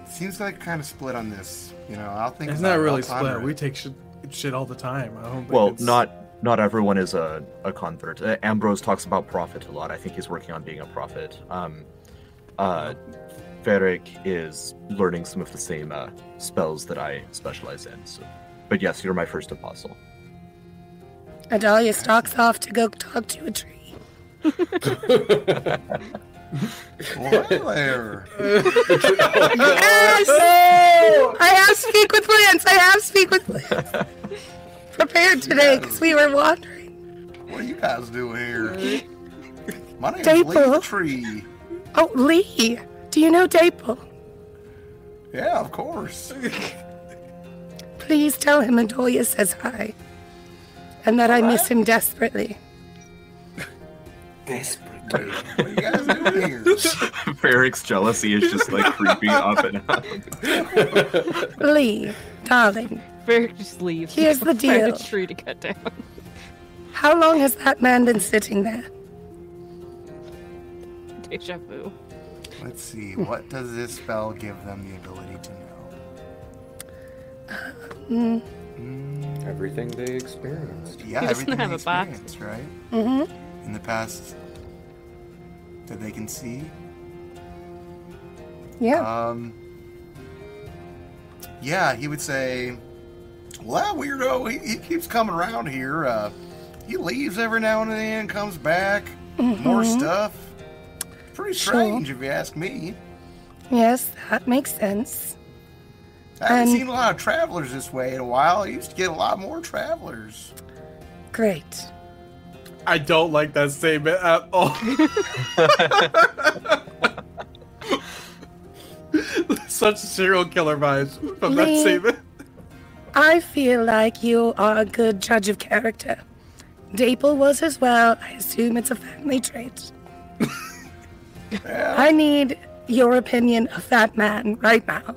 G: Seems like kind of split on this. You know, I'll think.
E: It's
G: about
E: not
G: it,
E: really
G: I'll ponder
E: split.
G: it.
E: We take shit, shit all the time. I don't think
D: well
E: it's-
D: not not everyone is a, a convert uh, ambrose talks about prophet a lot i think he's working on being a prophet um uh Ferric is learning some of the same uh, spells that i specialize in so but yes you're my first apostle
F: Adalia stalks off to go talk to a tree.
G: Well, there.
F: Yes! I have speak with plants. I have speak with plants. Prepared today because we were wandering.
G: what do you guys do here? My name's
F: Staple.
G: Leaf Tree.
F: Oh, Lee, do you know Dapple?
G: Yeah, of course.
F: Please tell him Adolia says hi, and that I miss him desperately.
G: What you guys do here?
D: Ferric's jealousy is just like creeping up and up
F: Lee, darling,
C: Varric just leaves.
F: Here's the
C: Find
F: deal.
C: a tree to cut down.
F: how long has that man been sitting there?
C: Deja vu.
G: Let's see. What does this spell give them the ability to know?
B: Everything they experienced.
G: Yeah,
C: He doesn't
G: everything
C: have
G: they
C: a box.
G: experience, right? Mm-hmm. In the past, that they can see.
F: Yeah.
G: Uh, Um, yeah, he would say, Well, that weirdo, he, he keeps coming around here. Uh, he leaves every now and then, comes back, more stuff.
F: Mm-hmm.
G: Pretty
F: Sure.
G: strange, if you ask me.
F: Yes, that makes sense.
G: I haven't
F: And-
G: seen a lot of travelers this way in a while. I used to get a lot more travelers.
F: Great.
E: I don't like that statement at all. Such serial killer vibes from that
F: Lee.
E: statement.
F: I feel like you are a good judge of character. Dapel was as well. I assume it's a family trait. I need your opinion of that man right now.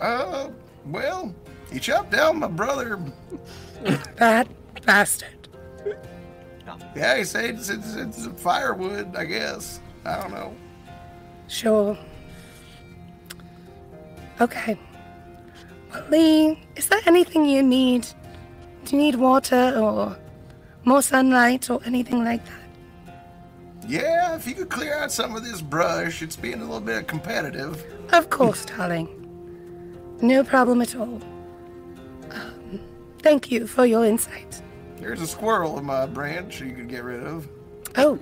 G: Uh, well, he chopped down my brother.
F: That bastard.
G: Yeah, he said it's, it's, it's firewood, I guess. I don't know.
F: Sure. Okay. Well, Lee, is there anything you need? Do you need water or more sunlight or anything like that?
G: Yeah, if you could clear out some of this brush, it's being a little bit competitive.
F: Of course, darling. No problem at all. Um, thank you for your insight.
G: There's a squirrel in my branch you could get rid of.
F: Oh,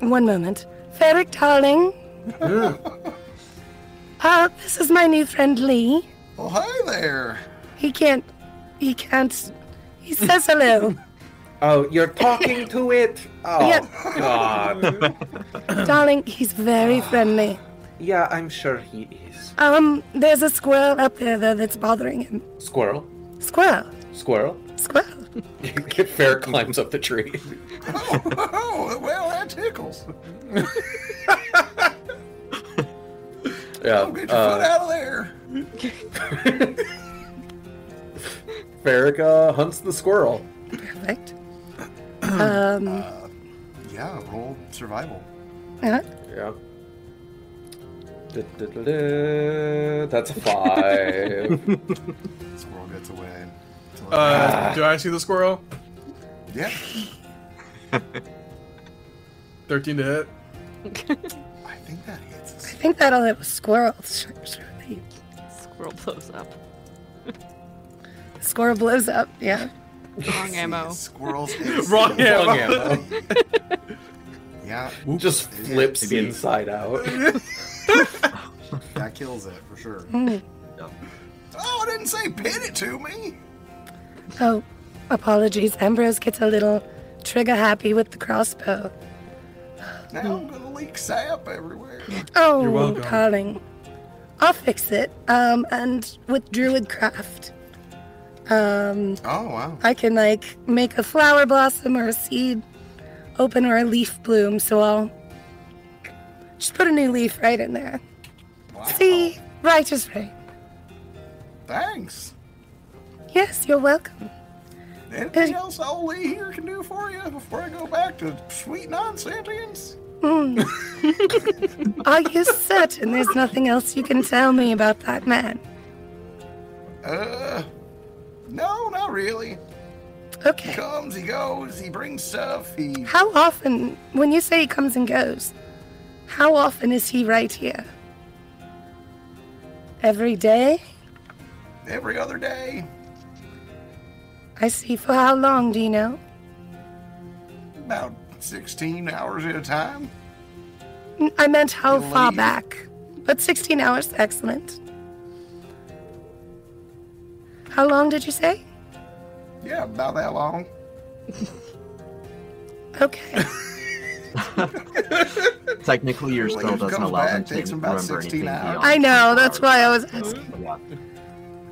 F: one moment. Ferric, darling. uh, this is my new friend Lee.
G: Well, Oh, hi there.
F: He can't. He can't. He says hello.
B: Oh, you're talking to it. Oh
F: Yeah.
B: God.
F: darling, he's very friendly.
B: Yeah, I'm sure he is.
F: Um, there's a squirrel up there, though, that's bothering him.
B: Squirrel.
F: Squirrel.
B: Squirrel.
F: Squirrel.
B: Fair climbs up the tree.
G: Oh, oh, well, that tickles.
B: Yeah.
G: Oh, get your foot
B: uh,
G: out of there.
B: Ferric uh, hunts the squirrel.
F: Perfect. Um,
G: Yeah, roll survival.
F: uh,
B: Yeah. Du-du-du-du. That's a five.
G: Squirrel gets away. It's a little-
E: Uh, do I see the squirrel?
G: yeah.
E: 13 to hit.
G: I think that hits
F: I
G: us.
F: think that'll hit with squirrels. Sure, surely.
C: Squirrel blows up.
F: Squirrel blows up. Yeah.
C: Wrong ammo.
G: Squirrels. hits.
E: Wrong ammo.
B: Wrong ammo.
G: Yeah,
B: Just flips inside out.
G: that kills it for sure.
D: Yeah.
G: Oh, I didn't say pin it to me.
F: Oh, apologies. Ambrose gets a little trigger happy with the crossbow.
G: Now I'm gonna leak sap everywhere.
F: Oh,
E: welcome.
F: darling. I'll fix it. Um, and with druid craft, um,
G: Oh wow.
F: I can like make a flower blossom or a seed open or a leaf bloom. So I'll just put a new leaf right in there.
G: wow.
F: See, right is right.
G: Thanks.
F: Yes, you're welcome.
G: Anything else old Lee here can do for you before I go back to sweet non-sentience?
F: Are you certain there's nothing else you can tell me about that man?
G: Uh, no, not really. He
F: Okay.
G: comes, he goes, he brings stuff, he.
F: How often, when you say he comes and goes, how often is he right here? Every day?
G: every other day,
F: I see. For how long, do you know?
G: about 16 hours at a time.
F: N- I meant how
G: He'll
F: far
G: leave.
F: back. But 16 hours, excellent. How long did you say?
G: Yeah, about that long.
F: Okay.
D: Technically, your
G: Like,
D: spell
G: it
D: doesn't
G: comes
D: allow
G: back,
D: them to
G: takes about
D: remember anything
G: 16 hours.
D: beyond
F: I know,
D: 24
F: that's why I
D: hours.
F: was asking.
D: Yeah.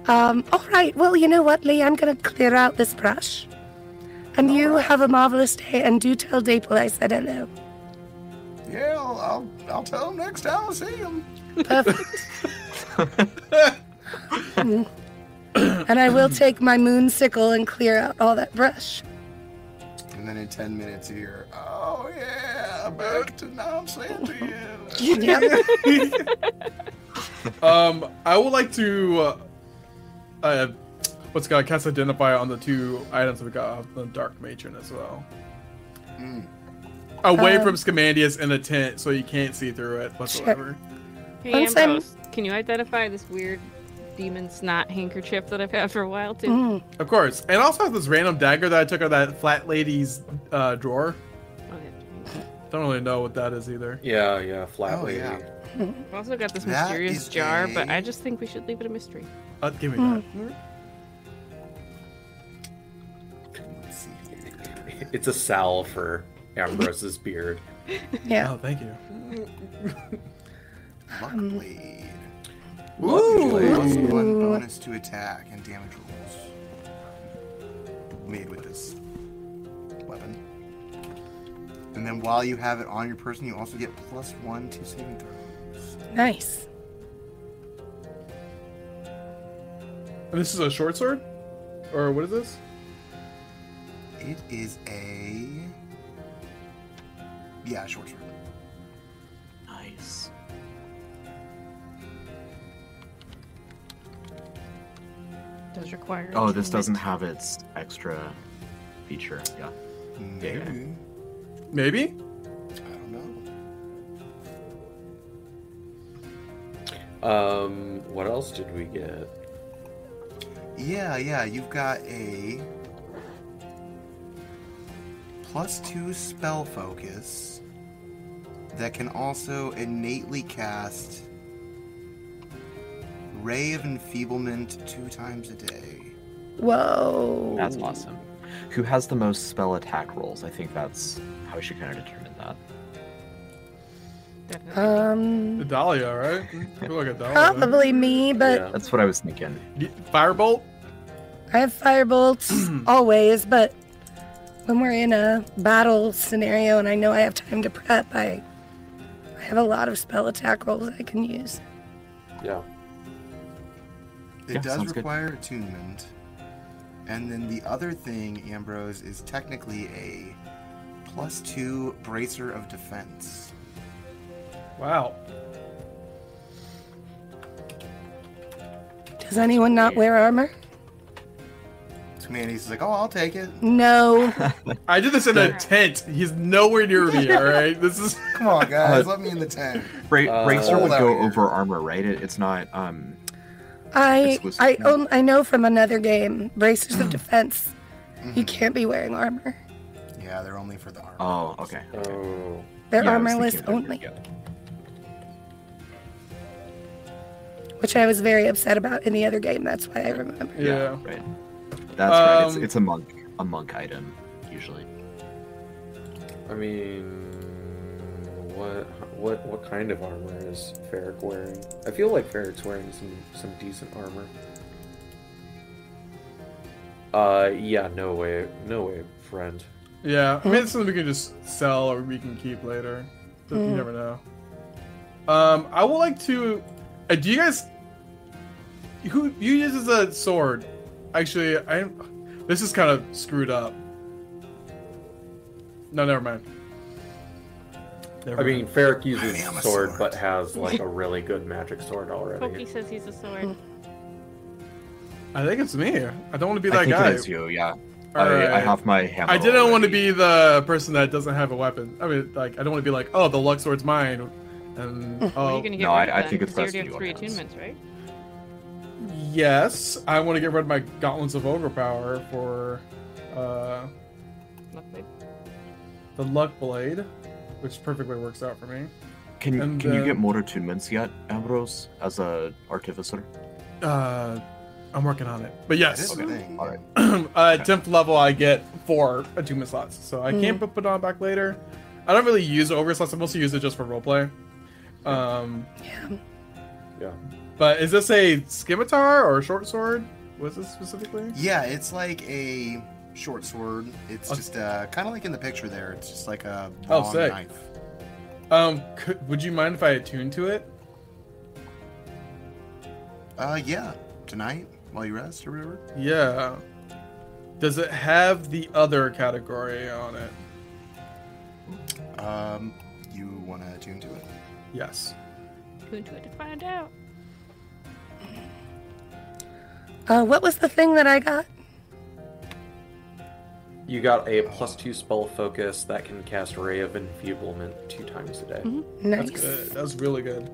F: Um, all right, well, you know what, Lee? I'm going to clear out this brush. And you have a marvelous day, and do tell Dapel I said hello.
G: Yeah, I'll, I'll, I'll tell him next time I see him.
F: Perfect. and I will take my moon sickle and clear out all that brush.
G: And then in 10 minutes here, oh yeah, back to non-sentient.
F: Yep.
E: Um, I would like to, uh, uh what's it called cast identify on the two items we got off the dark matron as well.
B: Hmm.
E: Away
F: Um,
E: from Scamandius in a tent, so you can't see through it whatsoever.
C: Hey
F: Once I'm-
C: Ambrose, can you identify this weird demon's knot handkerchief that I've had for a while too.
E: Of course. And I also have this random dagger that I took out of that flat lady's uh, drawer.
C: Oh, yeah.
E: Don't really know what that is either.
B: Yeah, yeah, flat
G: Oh,
B: lady.
G: yeah.
C: I've also got this
G: That
C: mysterious
G: is
C: jar, but
G: a-
C: I just think we should leave it a mystery.
E: Uh, give me that.
G: Let's see.
B: It's a salve for Ambrose's beard.
F: Yeah.
E: Oh, thank you.
G: Luck blade. Plus
E: Ooh.
G: one bonus to attack and damage rolls made with this weapon. And then while you have it on your person, you also get plus one to saving throws.
F: Nice.
E: And this is a short sword? Or what is this?
G: It is a yeah, short sword.
D: Nice.
C: It does require.
D: Oh, this doesn't
C: attunement.
D: have its extra feature. Yeah.
G: Maybe
E: Maybe?
G: I don't know.
B: Um, what else did we get?
G: Yeah, yeah, you've got a plus two spell focus that can also innately cast Ray of Enfeeblement two times a day.
F: Whoa.
D: That's awesome. Who has the most spell attack rolls? I think that's how we should kind of determine that.
C: Definitely.
E: The
F: Um,
E: Dahlia, right? Hmm, Feel like a Dahlia.
F: probably me, but
B: yeah.
D: That's what I was thinking.
E: Y- Firebolt?
F: I have firebolts always. But when we're in a battle scenario and I know I have time to prep, I I have a lot of spell attack rolls I can use.
B: yeah.
G: It
D: Yeah,
G: does
D: sounds good.
G: require attunement. And then the other thing, Ambrose, is technically a plus two bracer of defense.
E: Wow.
F: Does anyone not wear armor?
G: So Manny's like, oh, I'll take it.
F: No.
E: I did this in a tent. He's nowhere near me, alright? This is.
G: Come on, guys,
D: Uh,
G: let me in the tent.
D: Bra-
B: Uh,
D: Bracer would
G: Hold
D: go
G: on.
D: over armor, right? It, it's not. Um.
F: I
D: Exclusive,
F: I
D: no.
F: own, I know from another game, bracers of defense. You can't be wearing armor.
G: Yeah, they're only for the armor.
D: Oh, okay. okay.
B: Oh.
F: They're
D: Yeah, I was
F: armorless
D: thinking of that.
F: only,
D: Yeah.
F: which I was very upset about in the other game. That's why I remember.
E: Yeah.
D: Right. That's right. It's,
E: Um,
D: it's a monk, a monk item usually.
B: I mean, what what what kind of armor is Ferric wearing? I feel like Ferric's wearing some some decent armor. Uh, yeah, no way, no way, friend.
E: Yeah, I mean, it's something we can just sell or we can keep later. You never know. Um, I would like to. Uh, do you guys? Who you uses a sword? Actually, I. This is kind of screwed up. No, never mind. Never
B: I mean,
E: mind.
B: Ferric uses
G: I am a
B: sword,
G: sword.
B: but has like a really good magic sword already.
C: Pokey says he's a sword.
E: I think it's me. I don't want to be that
D: I think
E: guy.
D: it is you. Yeah.
E: Alright.
D: I, I have my hammer.
E: I didn't want to be
D: already.
E: the person that doesn't have a weapon. I mean, like, I don't want to be like, oh, the luck sword's mine, and
C: Well,
E: oh,
C: you're gonna get
D: No,
C: rid of
D: I- I
C: them,
D: think it's
C: 'cause
D: best
C: you
D: to
C: already
D: do
C: have three
D: what happens.
C: attunements, right?
E: Yes, I want to get rid of my gauntlets of overpower for uh,
C: Luckily.
E: the luck blade, which perfectly works out for me.
D: Can
E: and,
D: can you
E: uh,
D: get more attunements yet, Ambrose, as a artificer?
E: Uh, I'm working on it, but
G: That is
E: yes,
G: the thing.
D: alright.
E: uh, tenth level I get four attunement slots, so I can put put on back later. I don't really use over slots. I mostly use it just for roleplay. Um,
B: Yeah.
E: but is this a scimitar or a short sword? Was this specifically?
G: Yeah, it's like a short sword. It's
E: Oh.
G: just uh, kind of like in the picture there. It's just like a
E: Oh,
G: long
E: sick.
G: knife.
E: Um, could, would you mind if I attune to it?
G: Uh, yeah. Tonight, while you rest or whatever.
E: Yeah. Does it have the other category on it?
G: Um, you want to tune to it.
E: Yes.
C: Tune to it to find out.
F: Uh, what was the thing that I got?
B: You got a plus two spell focus that can cast Ray of Enfeeblement two times a day.
E: That's
F: Nice.
E: good. That was really good.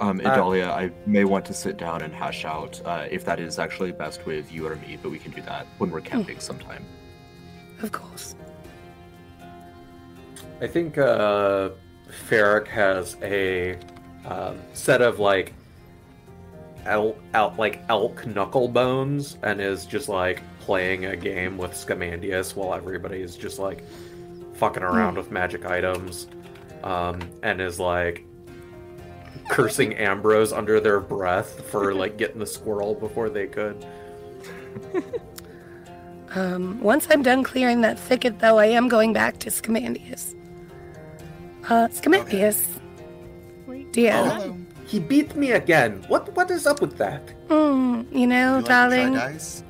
D: Um,
B: Uh,
D: Idalia, I may want to sit down and hash out uh, if that is actually best with you or me, but we can do that when we're camping sometime.
F: Of course.
B: I think uh, Ferric has a um, set of like elk, elk, like elk knuckle bones, and is just like playing a game with Scamandius while everybody is just like fucking around with magic items, um, and is like cursing Ambrose under their breath for like getting the squirrel before they could.
F: Um, once I'm done clearing that thicket, though, I am going back to Scamandius. Uh, Scamandius.
C: Wait,
F: Dear.
G: Hello.
B: He beat me again. What what is up with that?
F: Mm, you know,
G: You like to try
F: darling,
G: dice?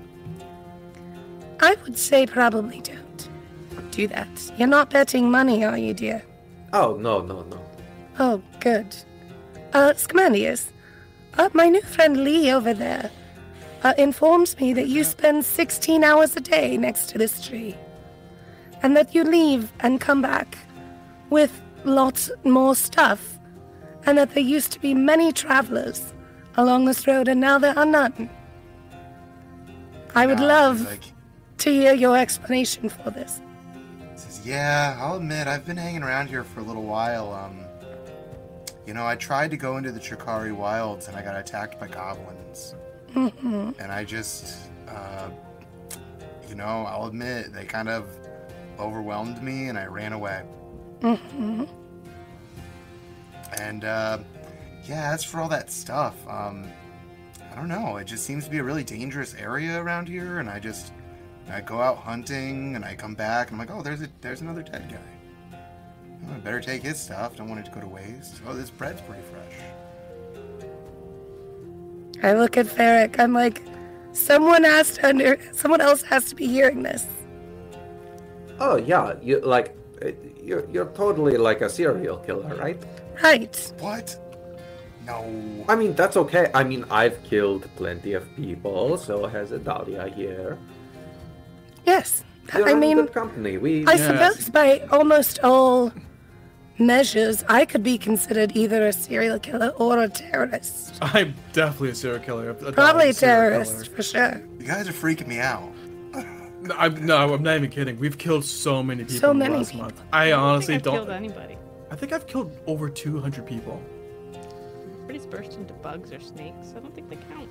F: I would say probably don't do that. You're not betting money, are you, dear?
B: Oh no no no.
F: Oh, good. Uh, Scamandius, uh, my new friend Lee over there uh, informs me that you spend 16 hours a day next to this tree, and that you leave and come back with lots more stuff, and that there used to be many travelers along this road, and now there are none. I would
G: Yeah,
F: love
G: he's Ah, like,
F: to hear your explanation for this.
G: says, yeah, I'll admit, I've been hanging around here for a little while. Um, you know, I tried to go into the Chikari Wilds and I got attacked by goblins. and I just, uh, you know, I'll admit, they kind of overwhelmed me and I ran away. And, uh, yeah, as for all that stuff, um, I don't know. It just seems to be a really dangerous area around here, and I just I go out hunting and I come back and I'm like, oh, there's a there's another dead guy. Oh, I better take his stuff. Don't want it to go to waste. Oh, this bread's pretty fresh.
F: I look at Ferric. I'm like, someone has to under, someone else has to be hearing this.
B: Oh yeah, you like uh, you're you're totally like a serial killer, right?
F: Right.
G: What? No.
B: I mean that's okay. I mean I've killed plenty of people, so has Adalia here.
F: Yes.
B: You're
F: I
B: in
F: mean,
B: good company. We
F: I
E: Yes.
F: suppose by almost all measures, I could be considered either a serial killer or a terrorist.
E: I'm definitely a serial killer. A dog
F: Probably a
E: serial
F: terrorist for sure.
G: You guys are freaking me out.
E: killer. No, I'm, no, I'm not even kidding. We've killed so many people.
F: So
E: in the
F: many
E: last
F: people.
E: Month. I honestly
C: I think I've
E: don't.
C: killed anybody.
E: I think I've killed over 200 people.
C: Everybody's burst into bugs or snakes. I don't think they count.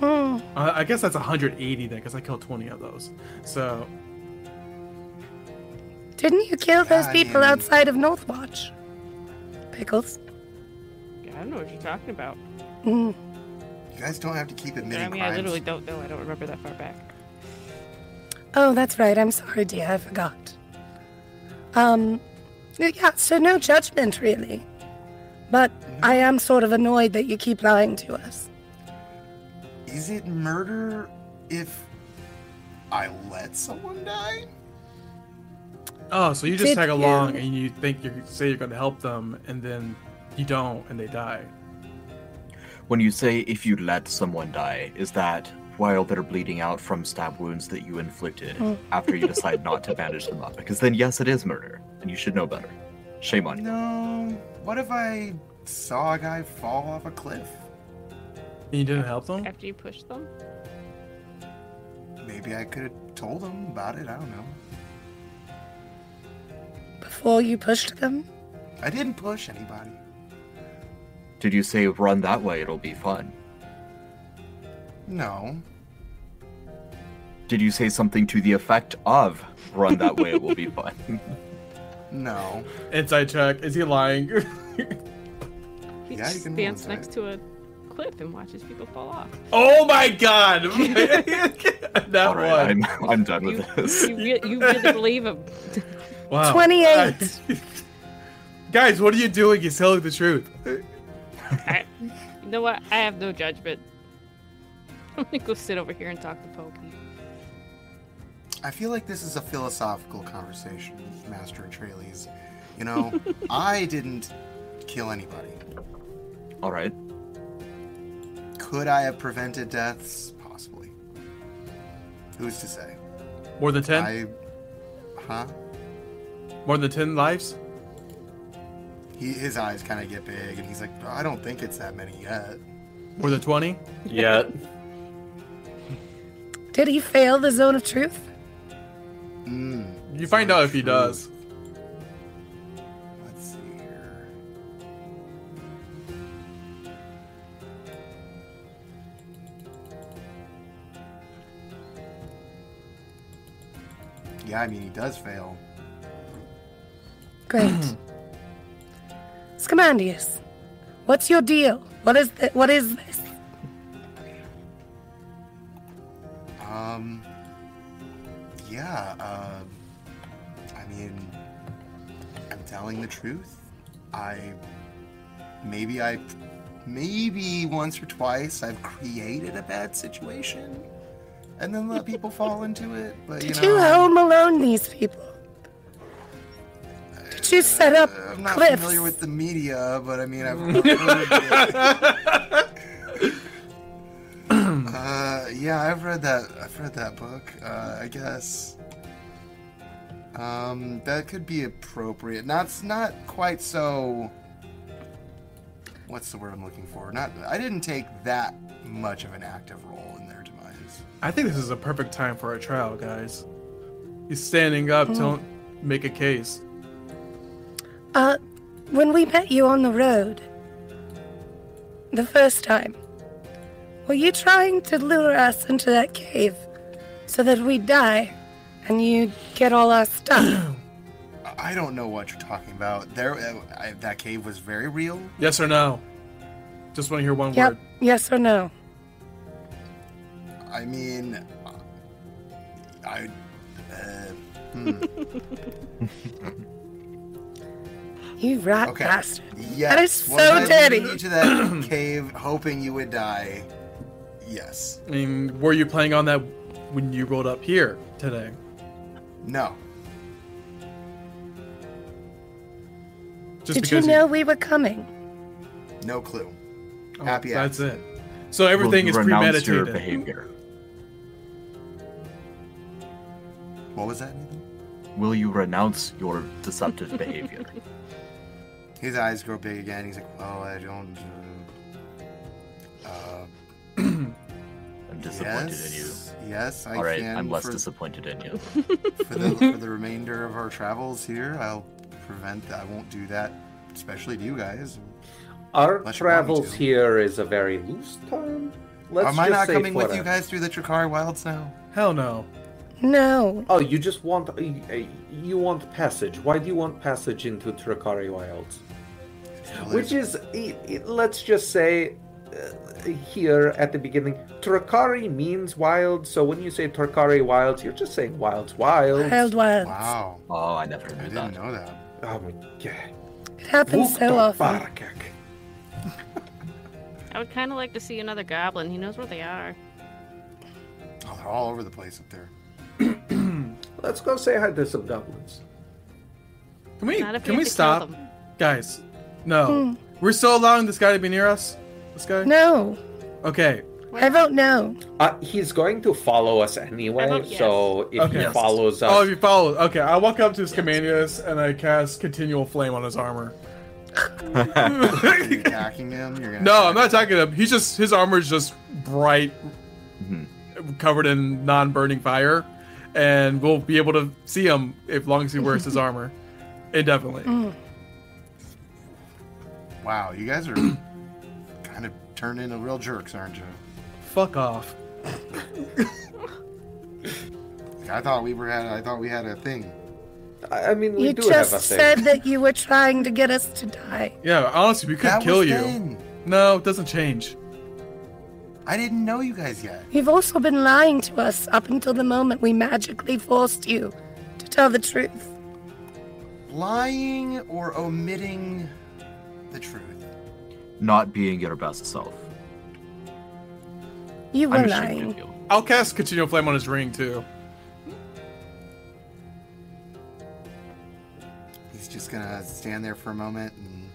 F: Mm.
E: Uh, I guess that's 180 then, because I killed 20 of those. So
F: Didn't you kill those
G: Yeah, I
F: people
G: mean-
F: outside of Northwatch? Pickles.
C: I don't know what you're talking about.
F: Mm.
G: You guys don't have to keep admitting
C: I mean, I
G: crimes.
C: literally don't know. I don't remember that far back.
F: Oh, that's right. I'm sorry, dear. I forgot. Um, yeah, so no judgment, really. But
G: Mm-hmm.
F: I am sort of annoyed that you keep lying to us.
G: Is it murder if I let someone die?
E: Oh, so you just
F: Did
E: tag along
F: you-
E: and you think you say you're going to help them, and then you don't, and they die.
D: When you say if you let someone die, is that while they're bleeding out from stab wounds that you inflicted after you decide not to bandage them up? Because then, yes, it is murder, and you should know better. Shame on you.
G: No. What if I saw a guy fall off a cliff?
E: And you didn't help them?
C: After you push them,
G: Maybe I could have told him about it. I don't know.
F: Before you pushed them?
G: I didn't push anybody.
D: Did you say run that way? It'll be fun.
G: No.
D: Did you say something to the effect of run that way? It will be fun.
G: No.
E: Inside check. Is he lying?
C: he
G: Yeah, you
C: just
G: can
C: stands
G: roll
C: next to a cliff and watches people fall off.
E: oh my god! that
D: All right,
E: one.
D: I'm, I'm done with
C: You,
D: this.
C: you, re- you really believe him.
E: Wow.
F: 28.
E: Guys, what are you doing? He's telling the truth.
C: I, you know what? I have no judgment. I'm gonna go sit over here and talk to Pokey.
G: I feel like this is a philosophical conversation, Master Atreides. You know, I didn't kill anybody.
D: All right.
G: Could I have prevented deaths? Possibly. Who's to say?
E: More than 10?
G: I. Huh?
E: More than 10 lives?
G: he, his eyes kind of get big, and he's like, I don't think it's that many yet.
E: Or the 20?
B: Yeah.
F: Did he fail the zone of truth?
G: Mm,
E: You find out if he does.
G: let's see here. Yeah, I mean, he does fail.
F: Great. Scamandius, what's your deal? What is th- what is this?
G: Um, yeah, um, I mean, I'm telling the truth. I, maybe I, maybe once or twice I've created a bad situation and then let people fall into it, but
F: Did
G: you
F: you
G: know.
F: home alone these people? Did you set up
G: I'm not
F: cliffs?
G: familiar with the media, but I mean, I've. uh, Uh, yeah, I've read that. I've read that book. Uh, I guess. Um, that could be appropriate. Not, it's not quite so. What's the word I'm looking for? Not. I didn't take that much of an active role in their demise.
E: I think this is a perfect time for a trial, guys. He's standing
F: Hmm.
E: up. Don't make a case.
F: Uh, when we met you on the road, the first time, were you trying to lure us into that cave so that we die and you get all our stuff?
G: I I don't know what you're talking about. There, uh, I, that cave was very real.
E: Yes or no? Just want to hear one
F: yep.
E: word.
F: Yes or no?
G: I mean, I. Uh, hmm,
F: You rat
G: okay.
F: bastard.
G: Yes.
F: is
G: Was
F: so
G: I
F: dirty.
G: leading you to that cave, hoping you would die. Yes.
E: I mean, were you playing on that when you rolled up here today?
G: No.
E: Just
F: Did you know we were coming?
G: No clue.
E: oh,
G: happy
E: That's
G: acts?
E: it. So everything
D: Will
E: is
D: you renounce your
E: premeditated.
D: behavior?
G: What was that? Nathan?
D: Will you renounce your deceptive behavior?
G: His eyes grow big again. He's like, "Well, I don't." uh, Uh,
D: I'm disappointed in you.
G: yes, Yes, I
D: All right,
G: can.
D: I'm less
G: for,
D: disappointed in you.
G: for, the, for the remainder of our travels here, I'll prevent. I won't do that, especially to you guys.
B: Our
G: Unless you want me
B: travels
G: to.
B: here is a very loose term. Let's
G: Am I
B: just
G: not
B: say
G: coming with
B: for
G: you
B: a-
G: guys through the Trikari Wilds now?
E: Hell no.
F: No.
B: Oh, you just want uh, you want passage. Why do you want passage into Tricari Wilds? Which is, i i let's just say, uh, here at the beginning, Tricari means wild. So when you say Tricari Wilds, you're just saying wilds, wilds.
F: Wild wild.
G: Wow,
D: Oh, I never
G: I
D: knew
G: didn't
D: that.
G: know that.
B: Oh my god.
F: It happens so
B: Vukhtar
F: often.
B: Barakak.
C: I would kind of like to see another goblin. He knows where they are.
G: Oh, they're all over the place up there.
B: Let's go say hi to some goblins.
E: Can we?
C: Not if
E: Can
C: we have
E: we
C: to kill
E: stop,
C: them.
E: guys? No. We're still allowing this guy to be near us. This guy.
F: No.
E: Okay.
F: I vote no.
B: Uh, he's going to follow us anyway.
C: I vote yes.
B: So if
E: Okay.
B: he
E: Yes.
B: follows us,
E: Oh, if you follow. Okay, I walk up to Scamandius and I cast Continual Flame on his armor.
G: Are you attacking them? You're gonna
E: No, I'm not attacking him. He's just his armor is just bright, covered in non-burning fire, and we'll be able to see him if long as he wears his armor indefinitely.
G: Wow, you guys are kind of turned into real jerks, aren't you?
E: Fuck off.
G: Like, I thought we were had. I thought we had a thing.
B: I I mean, we
F: You
B: do have a
F: just
B: thing.
F: said that you were trying to get us to die.
E: Yeah, honestly, we could
G: That
E: kill
G: was
E: you.
G: then.
E: No, it doesn't change.
G: I didn't know you guys yet.
F: You've also been lying to us up until the moment we magically forced you to tell the truth.
G: Lying or omitting the truth.
D: Not being your best self.
F: You were
D: I'm ashamed of
F: lying.
D: you.
G: Hmm.
E: I'll cast Continual Flame on his ring too.
G: He's just gonna stand there for a moment and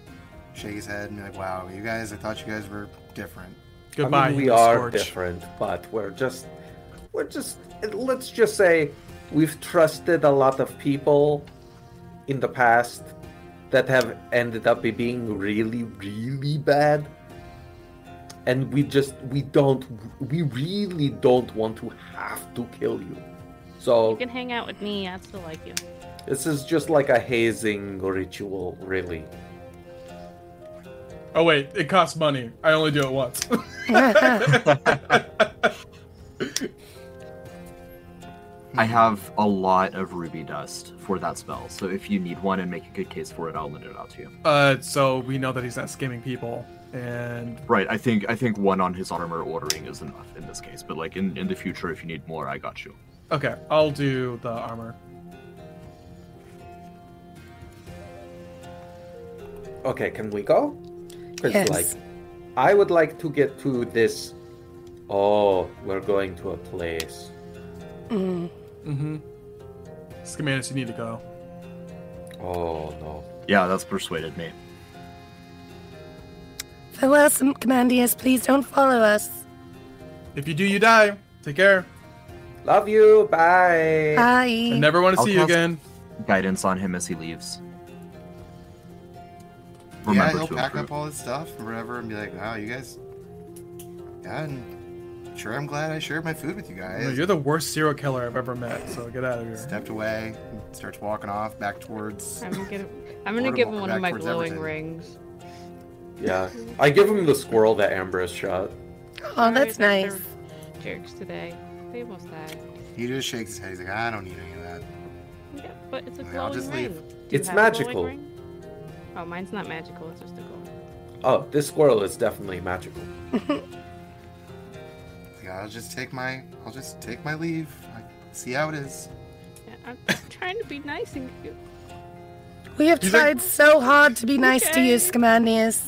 G: shake his head and be like, "Wow, you guys. I thought you guys were different."
E: Goodbye.
B: I mean, we
E: Human
B: are
E: Scourge.
B: different, but we're just, we're just. Let's just say, we've trusted a lot of people in the past, that have ended up being really, really bad. And we just, we don't, we really don't want to have to kill you. So
C: You can hang out with me. I still like you.
B: this is just like a hazing ritual, really.
E: Oh wait, it costs money. I only do it once.
D: I have a lot of ruby dust for that spell, so if you need one and make a good case for it, I'll lend it out to you.
E: uh, so we know that he's not skimming people, and
D: Right, I think I think one on his armor ordering is enough in this case, but like in, in the future, if you need more, I got you.
E: okay, I'll do the armor.
B: Okay, can we go? 'Cause,
F: Yes.
B: like, I would like to get to this. Oh, we're going to a place.
E: Mm-hmm. Scamanus, you need to go.
B: Oh no.
D: Yeah, that's persuaded me.
F: Farewell, some Commandius. Please don't follow us.
E: If you do, you die. Take care.
B: Love you. Bye.
F: Bye.
E: I never want to
D: I'll
E: see you
D: cast-
E: again.
D: Guidance on him as he leaves.
G: yeah,
D: Remember
G: he'll
D: to
G: pack
D: improve.
G: up all his stuff or whatever and be like, wow, you guys. Yeah, and sure, I'm glad I shared my food with you
E: No,
G: guys.
E: you're the worst serial killer I've ever met. So get out of here.
G: Stepped away, and starts walking off back towards.
C: I'm gonna, I'm gonna
G: Order
C: give him
G: walker
C: one of my
G: backwards
C: glowing
G: everything.
C: rings.
B: Yeah. I give him the squirrel that Ambrose shot.
F: Oh,
C: Sorry
F: that's
C: that they're
F: nice.
C: Jerks today. They almost died.
G: He just shakes his head. He's like, I don't need any of that.
C: Yeah, but it's a
G: I'll
C: glowing
G: just
C: ring.
G: leave.
C: Do you
B: It's
C: have a glowing
B: magical.
C: ring? Oh, mine's not magical. It's just a glow.
B: Oh, this squirrel is definitely magical.
G: He's like, I'll just take my, I'll just take my leave. I see how it is.
C: Yeah, I'm just trying to be nice and cute.
F: We have
E: He's like-
F: tried so hard to be nice to you,
C: Okay.
F: Scamandius,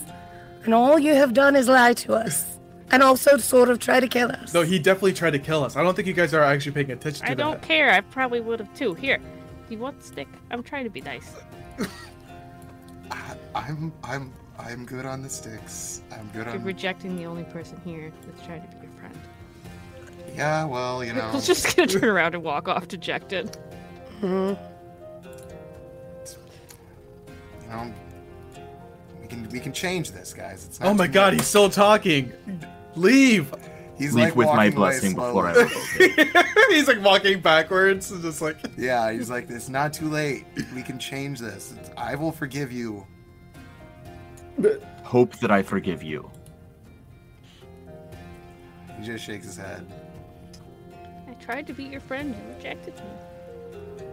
F: and all you have done is lie to us, and also sort of try to kill us.
E: No, he definitely tried to kill us. I don't think you guys are actually paying attention to
C: I
E: that.
C: don't care. I probably would have too. Here, you want the stick? I'm trying to be nice.
G: I, I'm, I'm, I'm good on the sticks. I'm good
E: Um.
C: You're
G: on.
C: rejecting the only person here that's trying to be your friend.
G: yeah, well, you know,
E: Oh.
C: I'm just gonna turn around and walk off dejected.
G: you know, we can, we can change this, guys. It's not
E: Oh my
G: too
E: god,
G: late.
E: he's still talking. Leave.
G: he's
D: Leave
G: like
D: with my
G: walking away
D: blessing before I
G: slowly.
D: revoke it.
E: he's like walking backwards and just like
G: Yeah, he's like, it's not too late. We can change this. It's- I will forgive you.
D: Hope that I forgive you.
G: He just shakes his head.
C: I tried to be your friend. You rejected me.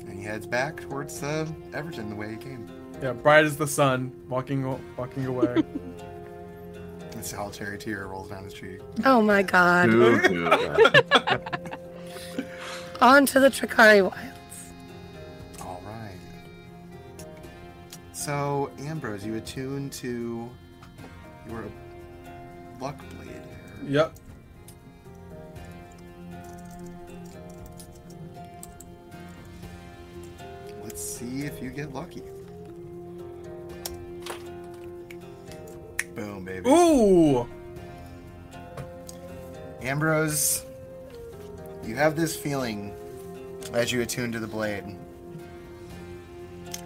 G: And he heads back towards uh, Everton the way he came.
E: Yeah, bright as the sun, walking walking away.
G: A solitary tear rolls down his cheek.
F: Oh my god.
D: Boo-hoo.
F: On to the Tricari Wilds.
G: All right. So, Ambrose, you attune to your luck blade here.
E: yep.
G: Let's see if you get lucky. Boom, baby.
E: Ooh.
G: Ambrose, you have this feeling as you attune to the blade,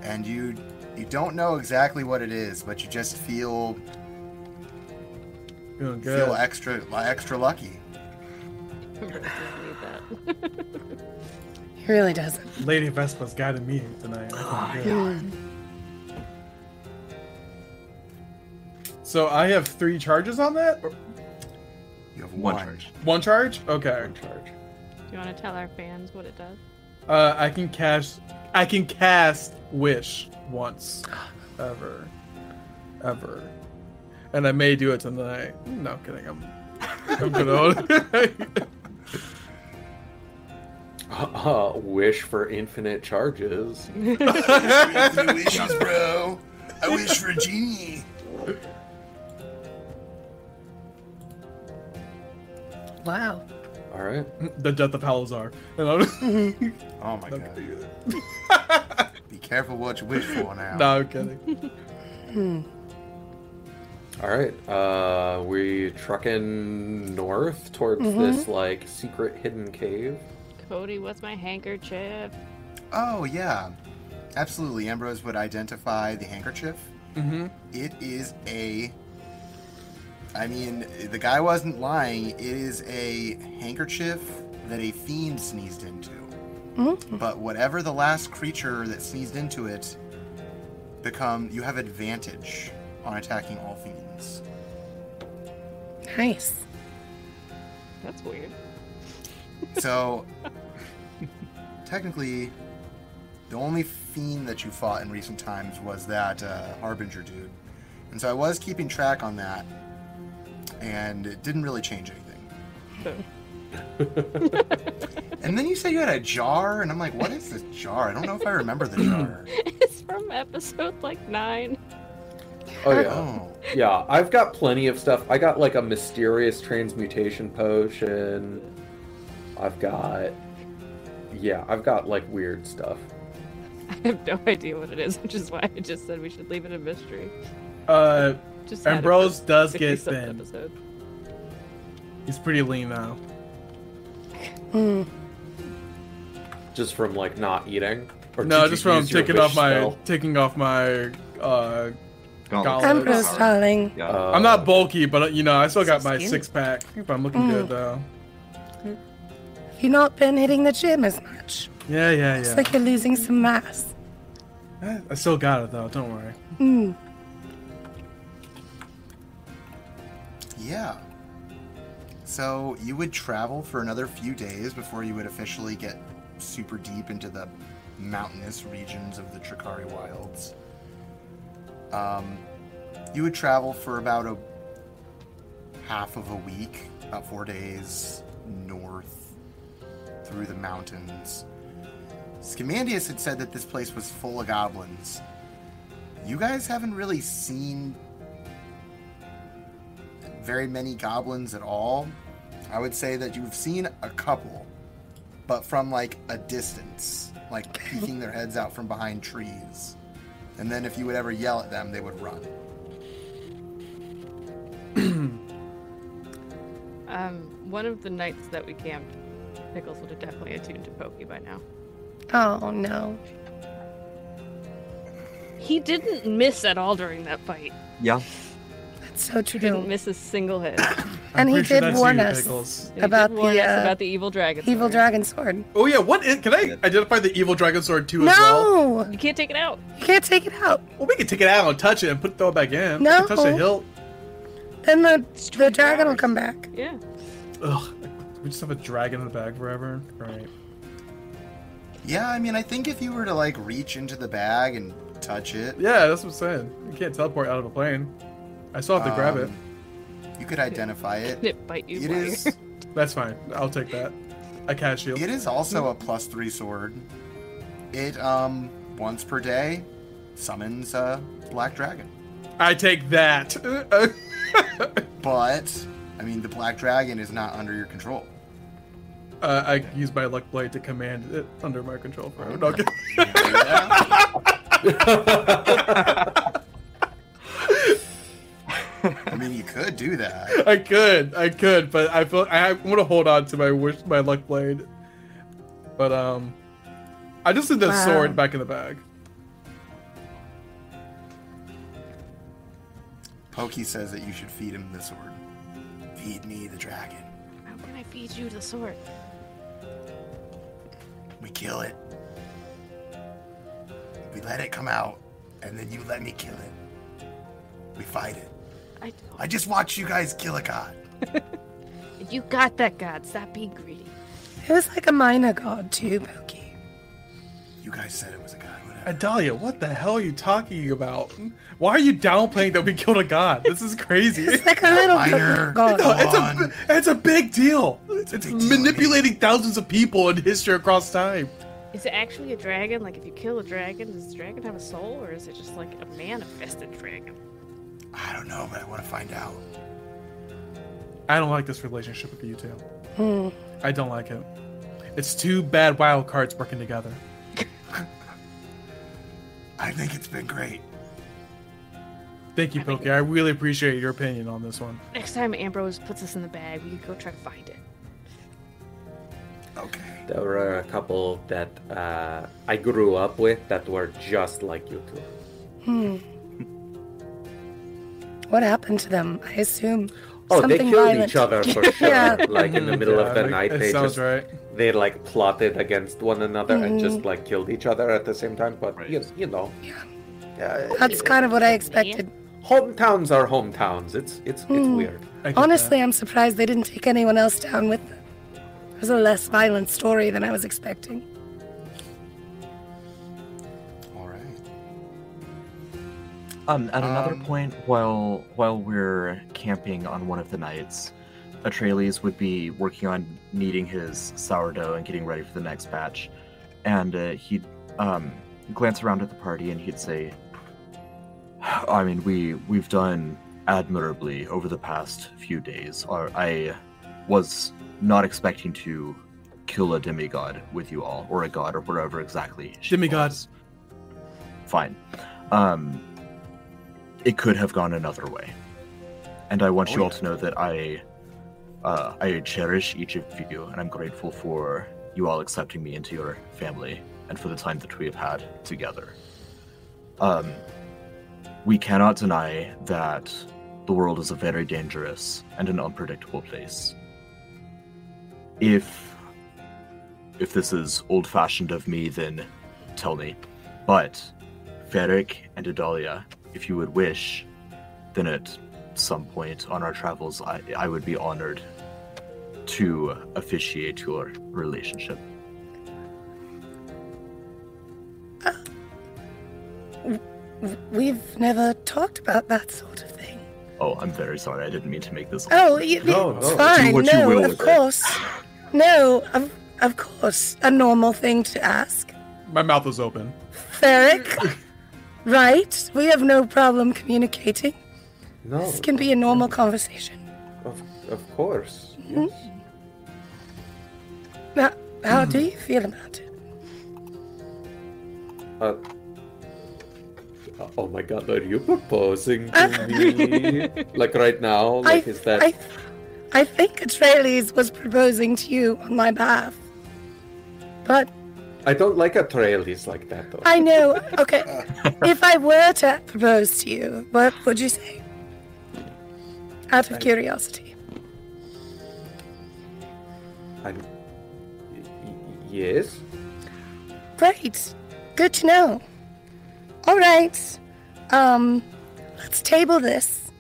G: and you you don't know exactly what it is, but you just feel
E: Feeling good.
G: feel extra extra lucky.
C: I really did need that.
F: He really doesn't.
E: Lady Vespa's guiding me tonight. I feel good. So I have three charges on that? Or-
G: You have one.
D: One charge.
E: One charge? Okay.
C: you want to tell our fans what it does?
E: Uh, I can cast. I can cast wish once, ever, ever, and I may do it tonight. No kidding. I'm. I'm good on.
B: Uh, wish for infinite charges.
G: New wishes, bro. I wish for a genie.
F: Wow.
B: All right.
E: the death of Halazar. And I'm-
G: Oh my god. Be careful what you wish for now.
E: no, I'm kidding.
B: All right. Uh, we trucking north towards this like secret hidden cave.
C: Cody, what's my handkerchief?
G: Oh yeah. Absolutely, Ambrose would identify the handkerchief.
E: Mm-hmm.
G: It is a. I mean, the guy wasn't lying. It is a handkerchief that a fiend sneezed into.
F: Mm.
G: But whatever the last creature that sneezed into it, become you have advantage on attacking all fiends.
F: Nice.
C: That's weird.
G: So, technically, the only fiend that you fought in recent times was that uh, Harbinger dude. And so I was keeping track on that, and it didn't really change anything. and then you said you had a jar, and I'm like, what is this jar? I don't know if I remember the jar.
C: it's from episode like nine.
B: Oh yeah,
G: Oh,
B: yeah. I've got plenty of stuff. I got like a mysterious transmutation potion. I've got, yeah, I've got like weird stuff.
C: I have no idea what it is, which is why I just said we should leave it a mystery.
E: Uh,
C: Just had it
E: Ambrose
C: for
E: does
C: 50
E: get
C: some
E: thin.
C: episode.
E: He's pretty lean now.
F: Mm.
B: Just from like not eating. Or
E: No,
B: did
E: just
B: you
E: from
B: use your
E: taking off
B: wish
E: my
B: spell?
E: taking off my. Uh,
D: Gauntlet.
E: Gauntlet.
F: Ambrose, darling.
D: Yeah.
B: Uh,
E: I'm not bulky, but you know I still got
C: So
E: my
C: skinny.
E: six pack. But I'm looking
F: Mm.
E: good though.
F: Have you not been hitting the gym as much?
E: Yeah, yeah,
F: It's
E: yeah.
F: like you're losing some mass.
E: Eh, I still got it though. Don't worry.
F: Mm.
G: yeah. So you would travel for another few days before you would officially get super deep into the mountainous regions of the Tricari Wilds. Um, you would travel for about a half of a week, about four days north through the mountains. Scamandius had said that this place was full of goblins. You guys haven't really seen very many goblins at all. I would say that you've seen a couple, but from like a distance, like peeking their heads out from behind trees. And then if you would ever yell at them, they would run.
C: Um, one of the nights that we camped, Pickles would have definitely attuned to Pokey by now.
F: Oh no.
C: He didn't miss at all during that fight.
D: yeah.
F: That's so true.
C: Didn't miss a single hit.
E: I'm
F: And he
E: pretty sure
F: did
E: that's
F: warn
E: you,
F: us.
E: Pickles.
C: And he did
F: About the,
C: warn us
F: uh,
C: about the evil dragon.
F: Evil
C: sword.
F: dragon sword.
E: Oh yeah, what is, can I identify the evil dragon sword too as well?
F: No!
C: You can't take it out.
F: You can't take it out.
E: Well, we can take it out and touch it and put throw it back in. We
F: No.
E: can touch the hilt.
F: Then the the dragon will come back.
C: Yeah.
E: Ugh, we just have a dragon in the bag forever. Right.
G: Yeah, I mean, I think if you were to like reach into the bag and touch it,
E: Yeah, that's what I'm saying. You can't teleport out of a plane. I still have to grab it.
G: um, You could identify
C: Didn't
G: it.
C: it bite you?
G: It
C: while
G: is.
C: you're-
E: That's fine. I'll take that. I cast shield.
G: It is also a plus three sword. It um once per day summons a black dragon.
E: I take that.
G: But I mean, the black dragon is not under your control.
E: uh, I use my luck blade to command it under my control forever. No, okay.
G: I mean, you could do that.
E: I could, I could, but I feel I want to hold on to my wish, my luck blade. But um, I just need the
F: Wow.
E: sword back in the bag.
G: Pokey says that you should feed him the sword. Feed me the dragon.
C: How can I feed you the sword?
G: We kill it. We let it come out, and then you let me kill it. We fight it.
C: I don't.
G: I just watched you guys kill a god.
C: You got that, God. Stop being greedy.
F: It was like a minor god too, Pokey.
G: You guys said it was a god. Whatever.
E: Adalia, what the hell are you talking about? Why are you downplaying that we killed a god? This is crazy.
F: It's like a little
G: Minor.
F: god.
E: No, it's
G: on.
E: a it's a big deal. It's,
G: big deal,
E: manipulating thousands of people in history across time.
C: Is it actually a dragon? Like, if you kill a dragon, does the dragon have a soul, or is it just like a manifested dragon?
G: I don't know, but I want to find out.
E: I don't like this relationship with you two.
F: Hmm.
E: I don't like it. It's two bad wild cards working together.
G: I think it's been great.
E: Thank you, Pokey. I really appreciate your opinion on this one.
C: Next time Ambrose puts us in the bag, we could go try to find it.
G: Okay.
B: There were a couple that uh, I grew up with that were just like you two.
F: What happened to them? I assume.
B: Oh,
F: something
B: they killed
F: violent.
B: each other for sure.
F: Yeah.
B: Like in the middle of the
E: Yeah,
B: night,
E: that
B: they
E: sounds
B: just
E: right.
B: they like plotted against one another and
F: Mm.
B: just like killed each other at the same time. But you, you know, yeah,
F: That's kind of what I expected.
B: hometowns are hometowns. It's it's it's
F: Hmm.
B: weird.
E: I get
F: Honestly, I'm surprised they didn't take anyone else down with them. It was a less violent story than I was expecting.
G: All right.
D: Um, at another
G: Um,
D: point, while while we're camping on one of the nights, Atreides would be working on kneading his sourdough and getting ready for the next batch, and uh, he'd um, glance around at the party and he'd say, "I mean, we we've done admirably over the past few days. Or I was not expecting to kill a demigod with you all, or a god, or whatever exactly. she
E: Demigod.
D: was. Fine. Um, it could have gone another way. And I want
G: Oh,
D: you all
G: yeah.
D: to know that I uh, I cherish each of you, and I'm grateful for you all accepting me into your family and for the time that we have had together. Um, we cannot deny that the world is a very dangerous and an unpredictable place. If if this is old-fashioned of me, then tell me. But Ferric and Adalia, if you would wish, then at some point on our travels, I, I would be honored to officiate your relationship.
F: We've never talked about that sort of thing.
D: Oh, I'm very sorry. I didn't mean to make this.
F: Oh, you,
B: No,
F: it's
B: no.
F: fine.
D: Do what you
F: no,
D: will
F: of
D: with it.
F: course. No, of, of course. A normal thing to ask.
E: that. my mouth is open.
F: Ferric, right? We have no problem communicating.
B: No,
F: This can be a normal conversation.
B: of, of course.
F: Hmm?
B: yes.
F: Now, how do you feel about it?
B: Uh, oh my god, are you proposing to me? like right now? Like
F: Ah. I,
B: is that
F: I, I think Atreides was proposing to you on my behalf. But
B: I don't like Atreides like that though.
F: I know, okay, if I were to propose to you, what would you say? Out of curiosity.
B: I'm... y- y- Yes.
F: Great. Good to know. All right. Um, let's table this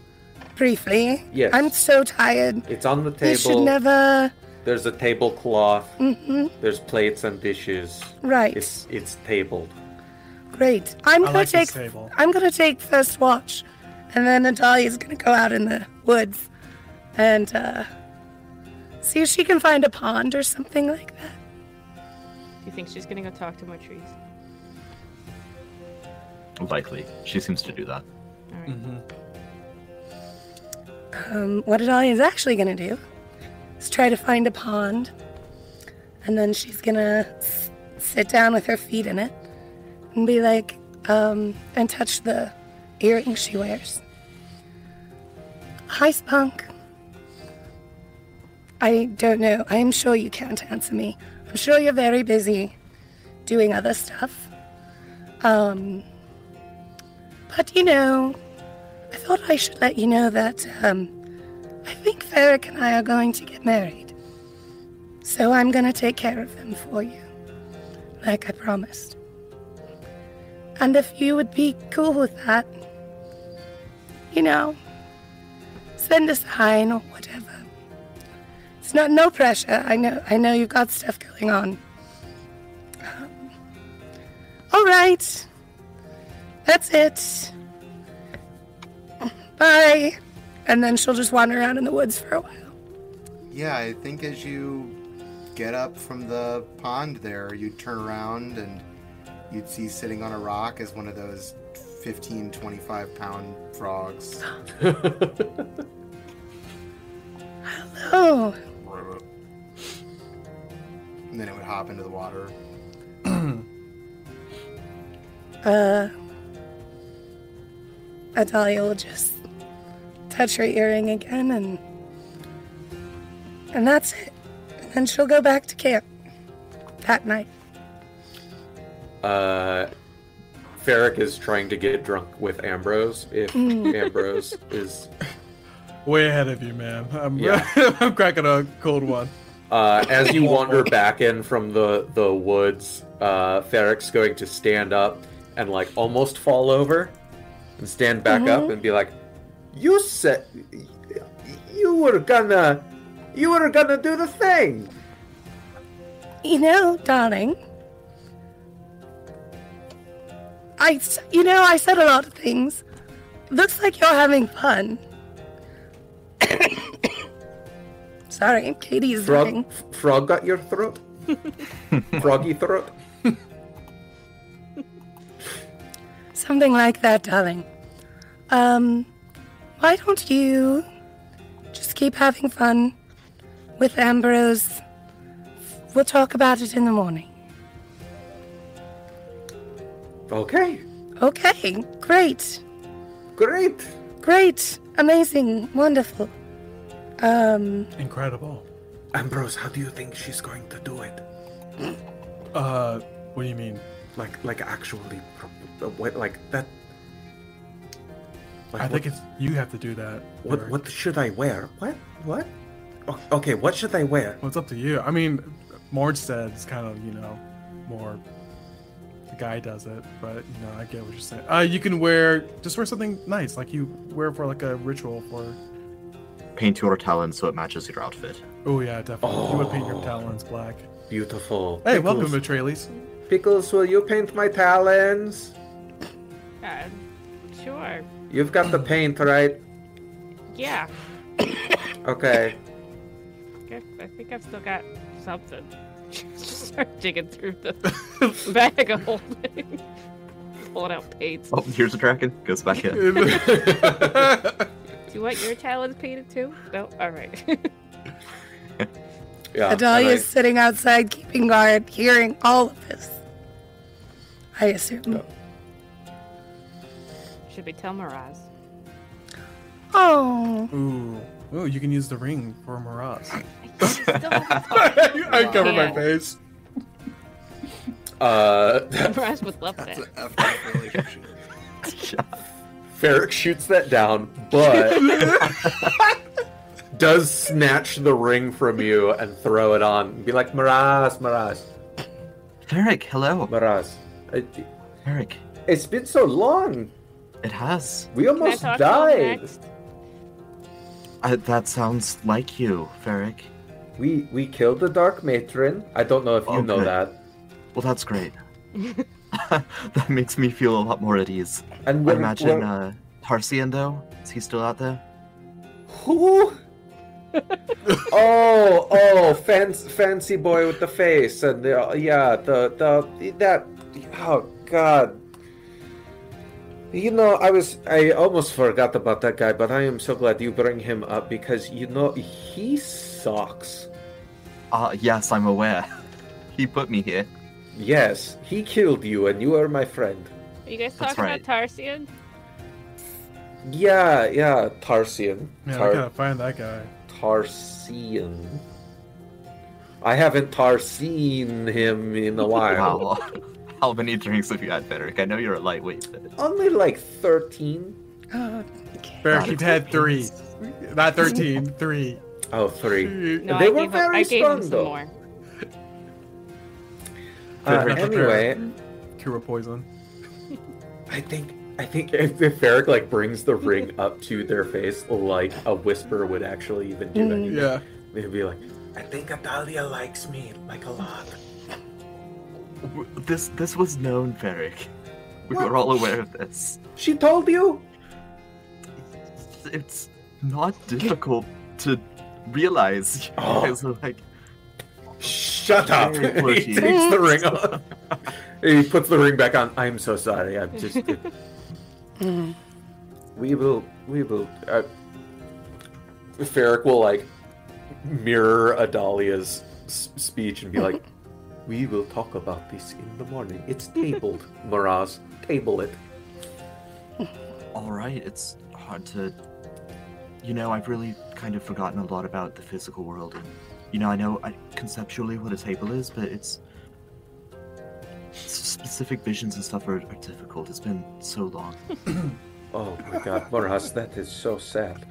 F: briefly.
B: Yes.
F: I'm so tired.
B: It's on the
F: We should Mm-hmm.
B: table.
F: never.
B: There's a tablecloth. There's plates and dishes.
F: Right.
B: It's it's tabled.
F: Great. I'm
E: I
F: gonna
E: like this
F: take.
E: table.
F: I'm gonna take first watch, and then Natalia's gonna go out in the woods, and uh, see if she can find a pond or something like that.
C: You think she's gonna go talk to more trees?
D: Likely, she seems to do that.
C: All right.
F: Um, what Adalia is actually gonna do is try to find a pond, and then she's gonna s- sit down with her feet in it, and be like, um, and touch the earring she wears. Hi, Spunk. I don't know. I am sure you can't answer me. I'm sure you're very busy doing other stuff. Um, but you know, I thought I should let you know that um, I think Ferric and I are going to get married. So I'm going to take care of them for you, like I promised. And if you would be cool with that, you know, send a sign or whatever. It's not no pressure. I know. I know you've got stuff going on. Um, all right, that's it bye. And then she'll just wander around in the woods for a while.
G: Yeah, I think as you get up from the pond there, you'd turn around and you'd see sitting on a rock is one of those 15, 25 pound frogs.
F: Oh,
G: and then it would hop into the water.
F: uh, Adalia will just touch her earring again, and and that's it. And then she'll go back to camp. that night.
B: Uh, Ferric is trying to get drunk with Ambrose. If
F: Hmm.
B: Ambrose is,
E: Way ahead of you, man. I'm,
B: Yeah.
E: I'm cracking a cold one.
B: uh, as you wander back in from the the woods, uh, Ferric's going to stand up and like almost fall over, and stand back up and be like, "You said you were gonna, you were gonna do the thing."
F: You know, darling. I, s- you know, I said a lot of things. Looks like you're having fun. Sorry, Katie is
B: Frog,
F: running.
B: frog got your throat. Froggy throat.
F: Something like that, darling. Um, why don't you just keep having fun with Ambrose? We'll talk about it in the morning.
B: Okay,
F: Okay, great.
B: great.
F: Great, amazing, wonderful. Um,
E: Incredible.
B: Ambrose, how do you think she's going to do it?
E: Uh, what do you mean?
B: Like, like actually, pro- what, like that? Like,
E: I think
B: what,
E: it's you have to do that.
B: what,
E: Derek.
B: what should I wear? What? What? O- Okay, what should I wear?
E: Well, it's up to you. I mean, Marge said it's kind of, you know, more the guy does it, but you know, I get what you're saying. Uh, you can wear just wear something nice, like you wear for like a ritual for.
D: Paint your talons so it matches your outfit.
E: Oh yeah, definitely. You would paint your talons black.
B: Beautiful.
E: Hey, welcome, Atreides.
B: Pickles. Will you paint my talons?
C: Uh, sure.
B: You've got the paint, right?
C: Yeah.
B: Okay.
C: I, I think I've still got something. Just start digging through the bag of holding. Pulling out paints.
D: Oh, here's a dragon. Goes back in.
C: Do you want your talons painted too? No? Alright.
E: Ah,
B: Yeah.
F: Adalia is sitting outside keeping guard, hearing all of this. I assume.
C: Should we tell Miraz?
F: Oh,
E: Ooh, ooh, you can use the ring for Miraz.
C: I still haven't told
E: I cover my
C: Yeah.
E: face.
B: Uh,
C: her. Miraz would love that.
G: That's an F up relationship.
B: Ferric shoots that down, but does snatch the ring from you and throw it on and be like, Maras, Maras,
D: Eric, hello.
B: Maras. It,
D: Eric,
B: has been so long.
D: it has.
B: We
C: Can I
B: almost
C: talk to him
B: died.
C: next?
D: Uh, that sounds like you, Ferric.
B: We we killed the Dark Matron. I don't know if you know
D: Okay.
B: that.
D: Well, that's great. that makes me feel a lot more at ease.
B: And
D: I
B: we're,
D: imagine
B: we're-
D: uh, Tarsian, though. Is he still out there?
B: who? oh, oh, fancy, fancy boy with the face, and the, yeah, the the that. Oh God. You know, I was I almost forgot about that guy, but I am so glad you bring him up because you know he sucks.
D: Uh, yes, I'm aware. he put me here.
B: Yes, he killed you, and you are my friend.
C: Are you guys
D: That's
C: talking about Tarsian?
B: Yeah, yeah, Tarsian.
E: Man,
B: Tar-
E: I gotta find that guy.
B: Tarsian. I haven't Tarseen him in a while.
D: Wow. How many drinks have you had, Ferric? I know you're a lightweight, but
B: Only like 13.
F: oh, okay.
E: Barrick, you've had three, not thirteen. Three.
B: Oh, three.
C: No,
B: They
C: I
B: were
C: gave, him,
B: very
C: I gave
B: strong,
C: him some
B: though.
C: more.
B: Uh,
E: Favorite
B: anyway,
E: Cure poison.
B: I think I think if, if Ferric like brings the ring up to their face, like a whisper would actually even do anything.
E: Yeah.
B: They'd be like, I think Adalia likes me like a lot.
D: W- this this was known, Ferric. We were all aware of this.
B: She told you?
D: It's- It's not difficult to realize. You
B: Oh.
D: guys are like,
B: Shut up!
D: Very
B: he
D: pushy.
B: takes the ring off. he puts the ring back on. I'm so sorry. I'm just. we will. We will. Uh, Ferric will like mirror Adalia's s- speech and be like, "We will talk about this in the morning. It's tabled, Maraz. Table it."
D: all right, it's hard to. You know, I've really kind of forgotten a lot about the physical world, and you know, I know I, conceptually what a table is, but it's specific visions and stuff are, are difficult. It's been so long.
B: Oh my god, Morhas, that is so sad.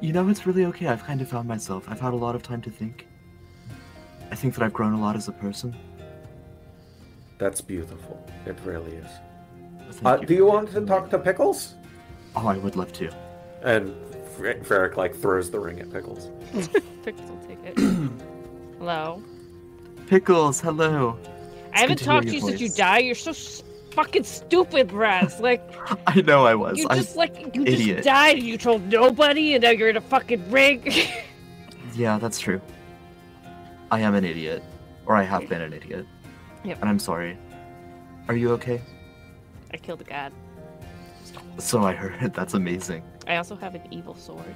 D: You know, it's really okay. I've kind of found myself. I've had a lot of time to think. I think that I've grown a lot as a person.
B: That's beautiful. It really is.
D: Thank
B: Uh, do you want to talk to Pickles?
D: Oh, I would love to.
B: And Fer- Ferric like throws the ring at Pickles.
C: Pickles will take it. Hello.
D: Pickles, hello.
C: I haven't
D: good to hear
C: talked to
D: your
C: you since you
D: voice.
C: died. You're so s- fucking stupid, Raz. Like
D: I know I was.
C: you
D: I,
C: just like you
D: idiot.
C: just died. and You told nobody, and now you're in a fucking ring.
D: Yeah, that's true. I am an idiot, or I have been an idiot.
C: Yep.
D: And I'm sorry. Are you okay?
C: I killed a god.
D: So I heard. That's amazing.
C: I also have an evil sword.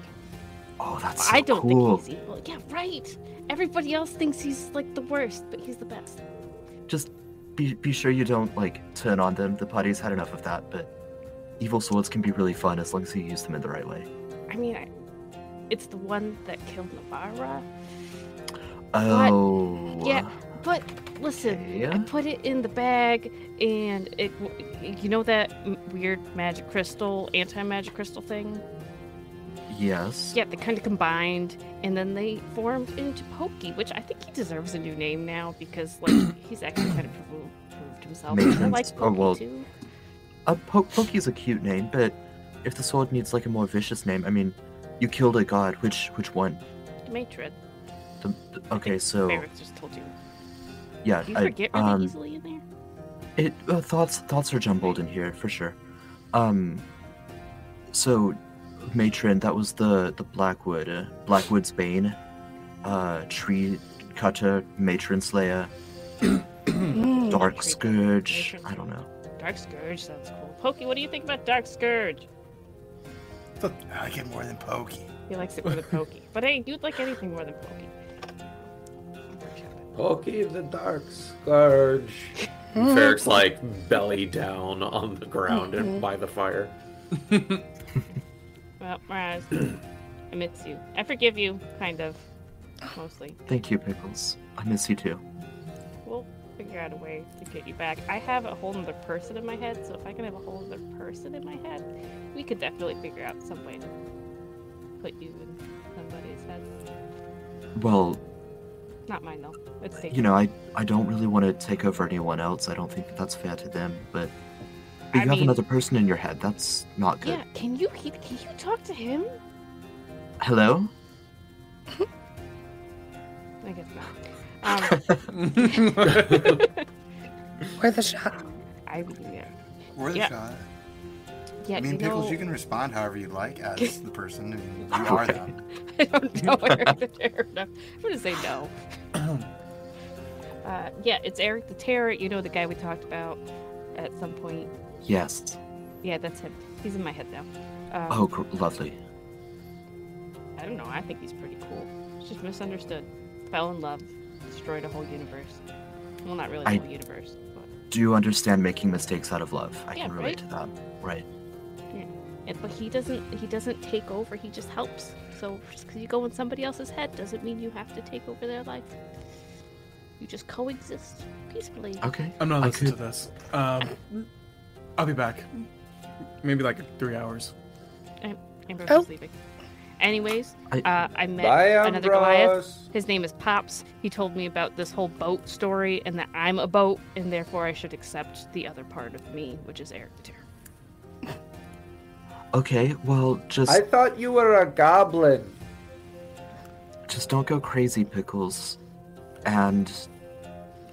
D: Oh, that's so
C: I don't
D: cool.
C: think he's e- evil. Yeah, right. Everybody else thinks he's like the worst, but he's the best.
D: Just be be sure you don't like turn on them. The party's had enough of that. But evil swords can be really fun as long as you use them in the right way.
C: I mean, I, it's the one that killed Navarra.
D: Oh.
C: Yeah, but listen, I
D: Yeah?
C: put it in the bag, and it, you know that m- weird magic crystal, anti-magic crystal thing.
D: Yes.
C: Yeah, they kind of combined, and then they formed into Pokey, which I think he deserves a new name now because like he's actually kind of provo- proved himself.
D: Makes
C: And I like
D: sense. Oh,
C: Pokey
D: well,
C: too.
D: A po- Pokey's Uh, a cute name, but if the sword needs like a more vicious name, I mean, you killed a god. Which which one?
C: Matred.
D: The, the- okay, so
C: Barrett just told you.
D: yeah,
C: Do you
D: I-
C: forget really
D: um,
C: easily in there?
D: It uh, thoughts thoughts are jumbled in here for sure. Um, so matron, that was the the Blackwood, uh, Blackwood's bane, uh, tree cutter, matron slayer,
F: Mm.
D: dark
C: Matron-
D: scourge.
C: Matron-
D: I don't know.
C: Dark Scourge sounds cool. Pokey, what do you think about Dark Scourge?
G: I get more than pokey.
C: He likes it more than Pokey. But hey, you'd like anything more than Pokey.
B: Pokey the Dark Scourge. Ferric's like belly down on the ground
C: Mm-hmm.
B: and by the fire.
C: Well, Miraz, I miss you. I forgive you, kind of. Mostly.
D: Thank you, pickles. I miss you too.
C: We'll figure out a way to get you back. I have a whole nother person in my head, so if I can have a whole other person in my head, we could definitely figure out some way to put you in somebody's head.
D: Well,
C: Not mine, though. It's taken.
D: you know, I I don't really want to take over anyone else. I don't think that that's fair to them. But
C: I
D: you have
C: mean-
D: another person in your head. That's not good.
C: yeah, can you he, can you talk to him?
D: Hello.
C: I guess not. Um,
F: Worth a shot.
C: I yeah.
G: Or the
C: Yeah.
G: shot.
C: Yeah,
G: I mean,
C: you
G: Pickles,
C: know,
G: you can respond however you like as the person. I mean, you are them.
C: I don't know where to tear it up. I'm gonna say no. uh, yeah, it's Eric the Terror. You know the guy we talked about at some point.
D: Yes.
C: Yeah, that's him. He's in my head now. Um,
D: Oh, gr- lovely.
C: I don't know. I think he's pretty cool. He's just misunderstood. Fell in love. Destroyed a whole universe. Well, not really a
D: I-
C: whole universe. But,
D: do you understand making mistakes out of love. I
C: Yeah,
D: can relate to that. Right.
C: and, but he doesn't. He doesn't take over. He just helps. So just because you go in somebody else's head doesn't mean you have to take over their life. You just coexist peacefully.
D: Okay.
E: I'm not
D: I
E: listening
D: could-
E: to this. Um, I'll be back. Maybe like three hours.
C: Ambrose
F: Oh.
C: is leaving. Anyways,
D: I-
C: uh, I met
B: Bye,
C: another Goliath.
B: Ambrose.
C: His name is Pops. He told me about this whole boat story and that I'm a boat and therefore I should accept the other part of me, which is Eric the Terror.
D: Okay. Well, just
B: I thought you were a goblin.
D: just don't go crazy, pickles. And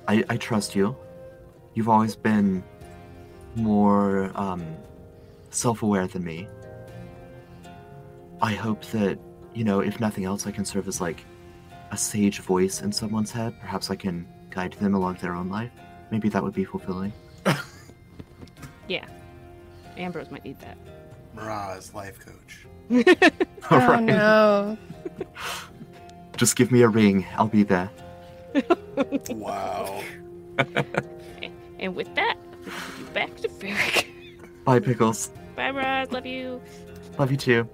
D: I I trust you. You've always been more um, self-aware than me. I hope that you know, if nothing else, I can serve as like a sage voice in someone's head. Perhaps I can guide them along their own life. Maybe that would be fulfilling.
C: Yeah. Ambrose might need that.
G: Miraz, life coach.
F: Oh no.
D: Just give me a ring. I'll be there.
G: Wow.
C: And with that, we can get you back to Ferric.
D: Bye, pickles.
C: Bye, Rod. Love you.
D: Love you too.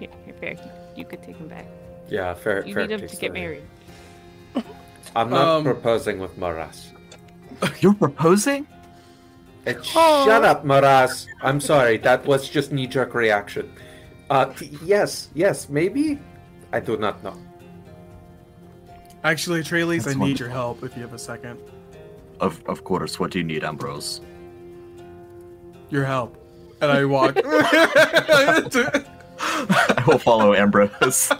C: Yeah, here, Ferric. You could take him back.
B: Yeah, Ferric.
C: You
B: Ferric
C: need him to
B: takes
C: get
B: the ring.
C: married.
B: I'm not
E: Um,
B: proposing with Moras.
D: You're proposing?
B: Uh, Shut up, Maraz. I'm sorry. That was just knee jerk reaction. Uh, t- yes, yes, maybe? I do not know.
E: Actually, Trailes, I
D: That's
E: need your
D: wonderful.
E: help if you have a second.
D: Of of course. What do you need, Ambrose?
E: Your help. And I walk. uh,
D: I will follow Ambrose.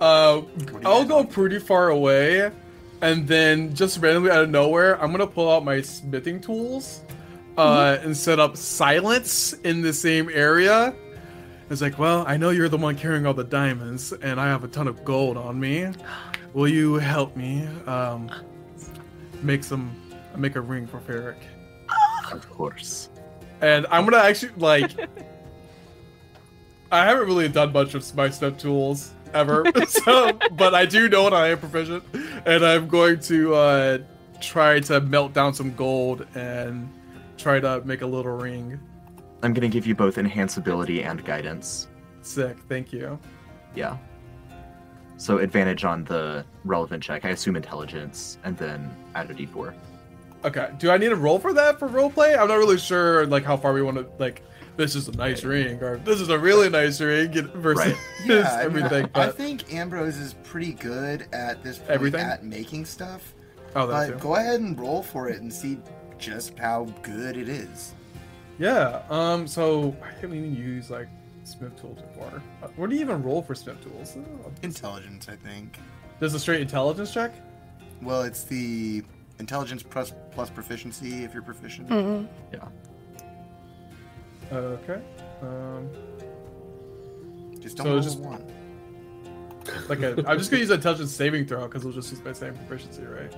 E: Uh, I'll go pretty far away, and then just randomly out of nowhere, I'm gonna pull out my smithing tools, uh, and set up silence in the same area. It's like, well, I know you're the one carrying all the diamonds, and I have a ton of gold on me. Will you help me um, make some make a ring for Ferric?
D: of course.
E: And I'm gonna actually like. I haven't really done much of my step tools ever, so but I do know that I am proficient, and I'm going to uh, try to melt down some gold and try to make a little ring.
D: I'm gonna give you both enhanceability and guidance.
E: Sick, thank you.
D: Yeah. So advantage on the relevant check. I assume intelligence, and then add a d4.
E: Okay, do I need to roll for that for roleplay? I'm not really sure like how far we want to like. This is a nice ring, or this is a really nice ring versus
D: Right.
G: Yeah, I mean,
E: everything.
G: I
E: But
G: think Ambrose is pretty good at this point
E: Everything?
G: at making stuff.
E: oh, that
G: But
E: too.
G: Uh, go ahead and roll for it and see just how good it is.
E: Yeah. Um. So I haven't even used like smith tools before. Uh, What do you even roll for smith tools?
G: Intelligence, I think.
E: Does a straight intelligence check?
G: Well, it's the intelligence plus plus proficiency if you're proficient.
F: Mhm.
D: Yeah.
E: Okay. Um.
G: Just don't
E: So
G: roll
E: just-
G: a one.
E: Like a, I'm just gonna use an intelligence saving throw because we'll just use my same proficiency, right?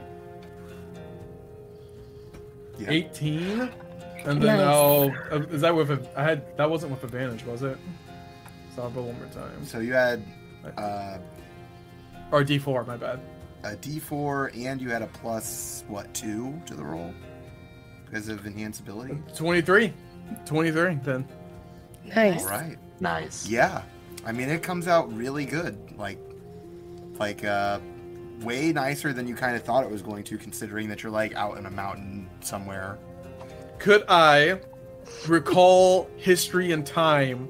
G: Yeah.
E: Eighteen. And then
F: Nice.
E: now uh, is that with a, I had that wasn't with advantage, was it? So I'll roll one more time.
G: So you had uh,
E: Or D four, my bad.
G: a D4 and you had a plus what two to the roll because of enhanceability.
E: Twenty three. Twenty three then.
F: Nice.
G: All right.
D: Nice.
G: Yeah, I mean it comes out really good. Like, like uh, way nicer than you kind of thought it was going to, considering that you're like out in a mountain somewhere.
E: could I recall history and time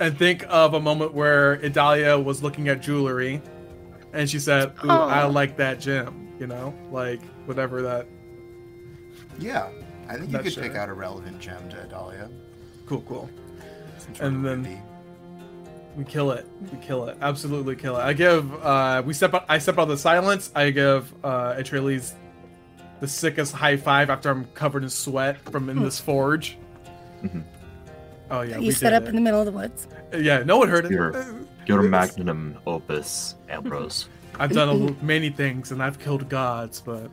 E: and think of a moment where Idalia was looking at jewelry and she said, Ooh, I
F: Oh.
E: like that gem, you know? Like, whatever that.
G: Yeah, I think you
E: Not
G: could
E: sure.
G: pick out a relevant gem to Adalia.
E: Cool, cool.
G: since
E: And
G: we're
E: then-
G: gonna
E: We kill it. We kill it. Absolutely kill it. I give, uh, we step out, I step out of the silence. I give, uh, Atreides the sickest high five after I'm covered in sweat from in this forge.
D: Mhm.
E: Oh, yeah.
F: Hmm. you
E: we
F: set
E: did
F: up
E: it.
F: in the middle of the woods.
E: Yeah, no one heard it. Uh,
D: You're- Your magnum opus, Ambrose.
E: I've done a l- many things and I've killed gods, but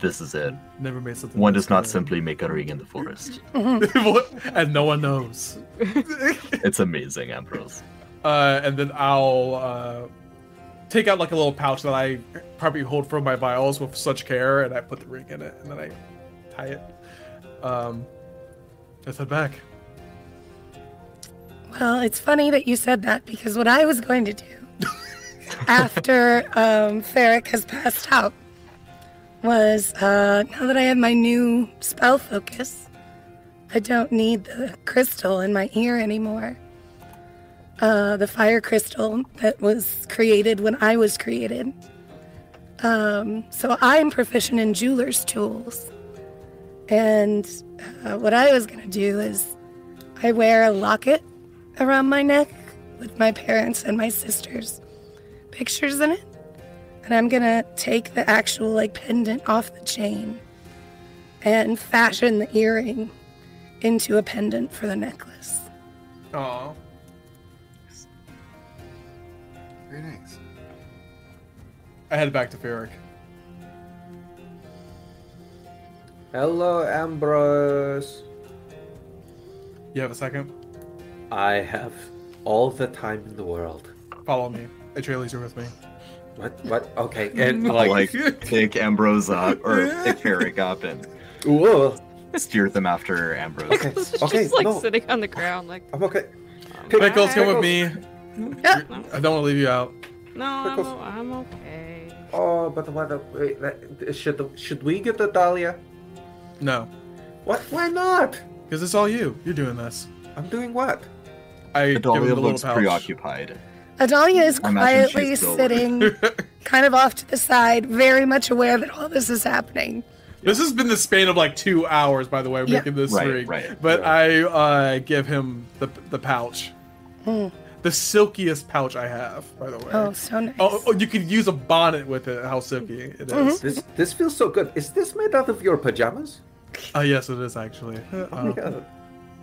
D: this is it.
E: never made something.
D: One does not
E: this good.
D: simply make a ring in the forest.
E: and no one knows.
D: It's amazing, Ambrose.
E: Uh, and then I'll uh, take out like a little pouch that I probably hold from my vials with such care, and I put the ring in it, and then I tie it. Um, let's head back.
F: Well, it's funny that you said that because what I was going to do after um, Ferric has passed out was uh, now that I have my new spell focus, I don't need the crystal in my ear anymore. Uh, the fire crystal that was created when I was created. Um, so I'm proficient in jeweler's tools. And uh, what I was going to do is I wear a locket around my neck with my parents and my sisters pictures in it and i'm gonna take the actual like pendant off the chain and fashion the earring into a pendant for the necklace
E: Aw,
G: be. Very nice.
E: I head back to Ferric.
B: Hello, Ambrose.
E: You have a second?
B: I have all the time in the world.
E: Follow me. Atreides, you're with me.
B: What? What? Okay. And like,
D: Like, pick Ambrose up or pick Herrick up and
B: whoa.
D: steer them after Ambrose.
B: Okay.
C: Just
B: Okay.
C: like
B: no,
C: sitting on the ground, like
B: I'm okay.
E: Pickles, come with me.
F: Yeah.
E: I don't want to leave you out.
C: No, I'm,
B: Pickles.
C: o- I'm okay.
B: Oh, but what? the- Wait, that, should the, should we get the Dahlia?
E: No,
B: What? Why not?
E: because it's all you. You're doing this.
B: I'm doing what?
E: I give him
D: Adalia
E: the little
D: looks
E: pouch.
D: preoccupied.
F: Adalia is
D: I imagine she's
F: quietly
D: still-
F: sitting kind of off to the side, very much aware that all this is happening.
E: This has been the span of like two hours, by the way,
F: Yeah.
E: making this
D: Right,
E: ring.
D: right.
E: But I uh, give him the the pouch, the silkiest pouch I have, by the way.
F: Hmm. Oh, so nice.
E: Oh, oh, you could use a bonnet with it. How silky it is.
F: Mm-hmm.
B: This this feels so good. Is this made out of your pajamas?
E: Uh, yes, it is actually. Uh,
B: Yeah.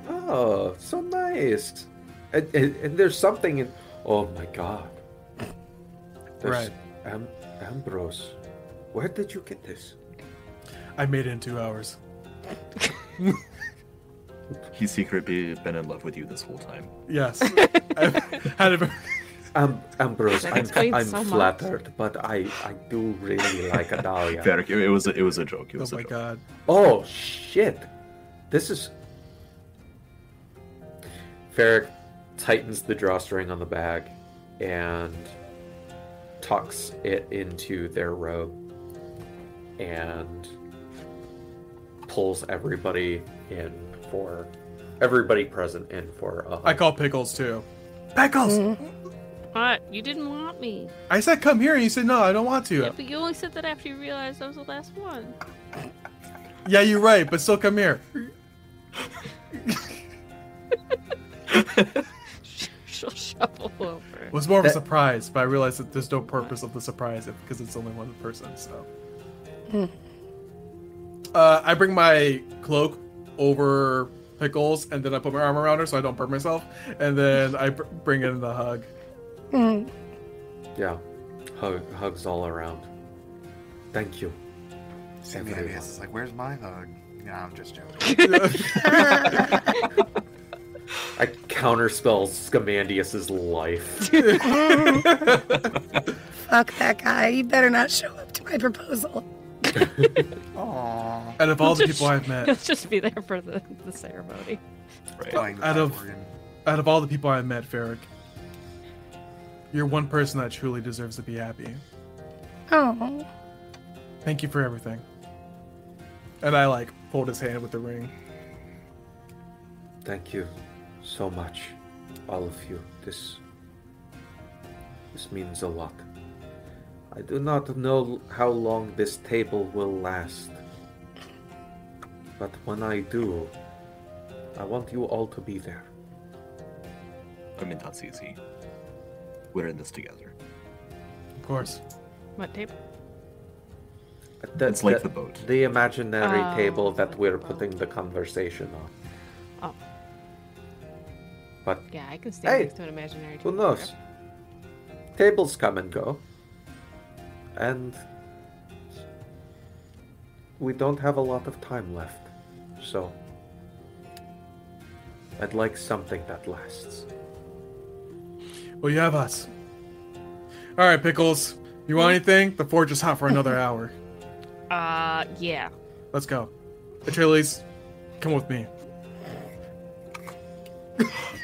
B: Oh, so nice. And, and, and there's something in. Oh my god. There's
E: Right.
B: Am, Ambrose, where did you get this?
E: I made it in two hours.
D: He's secretly been in love with you this whole time.
E: Yes, I've had a.
B: Am, Ambrose,
C: That
B: I'm,
C: explains
B: I'm
C: so much.
B: flattered, but I, I do really like Adalia.
D: Fair, it it was a, it was a joke. It
E: Oh
D: was a
E: my
D: joke.
E: god.
B: Oh shit! This is. Ferric tightens the drawstring on the bag, and tucks it into their robe, and pulls everybody in for everybody present in for. A hug.
E: I call pickles too. Pickles.
F: Mm-hmm.
C: What? You didn't want me.
E: I said come here, and you said no. I don't want to.
C: Yeah, but you only said that after you realized I was the last one.
E: Yeah, you're right, but still come here.
C: She'll shuffle over.
E: It was more of a
B: That-
E: surprise, but I realized that there's no purpose of the surprise if- because it's only one person. So, uh, I bring my cloak over pickles, and then I put my arm around her so I don't burn myself, and then I br- bring in the hug.
F: Mm.
B: yeah, hug, hugs all around. Thank you. Everyone.
G: CBS is like, where's my hug? No, I'm just joking.
B: I counterspell Scamandius's life.
F: Fuck that guy. You better not show up to my proposal.
G: Aww.
E: Out of all the
C: Just-
E: people I've
C: He'll
E: met,
C: just be there for the, the ceremony.
D: Right.
G: Playing the
E: Out
G: pipe
E: of-
G: organ.
E: out of all the people I've met, Ferric, you're one person that truly deserves to be happy.
F: Oh,
E: Thank you for everything. And I like hold his hand with the ring.
B: Thank you so much, all of you. This this means a lot. I do not know how long this table will last. But when I do, I want you all to be there.
D: I mean, that's easy. We're in this together.
E: Of course.
C: What tape?
B: The-
D: It's like the boat.
B: The imaginary
C: Oh,
B: table
C: it's
B: that
C: like
B: we're
C: the boat.
B: putting the conversation on.
C: Oh,
B: But
C: yeah, I can stand
B: Hey,
C: next to an imaginary
B: Who
C: table.
B: knows? Tables come and go. And we don't have a lot of time left. So I'd like something that lasts.
E: Well, you have us. All right, Pickles. You want anything? The forge is hot for another hour.
C: Uh, yeah.
E: Let's go. Atreides, come with me.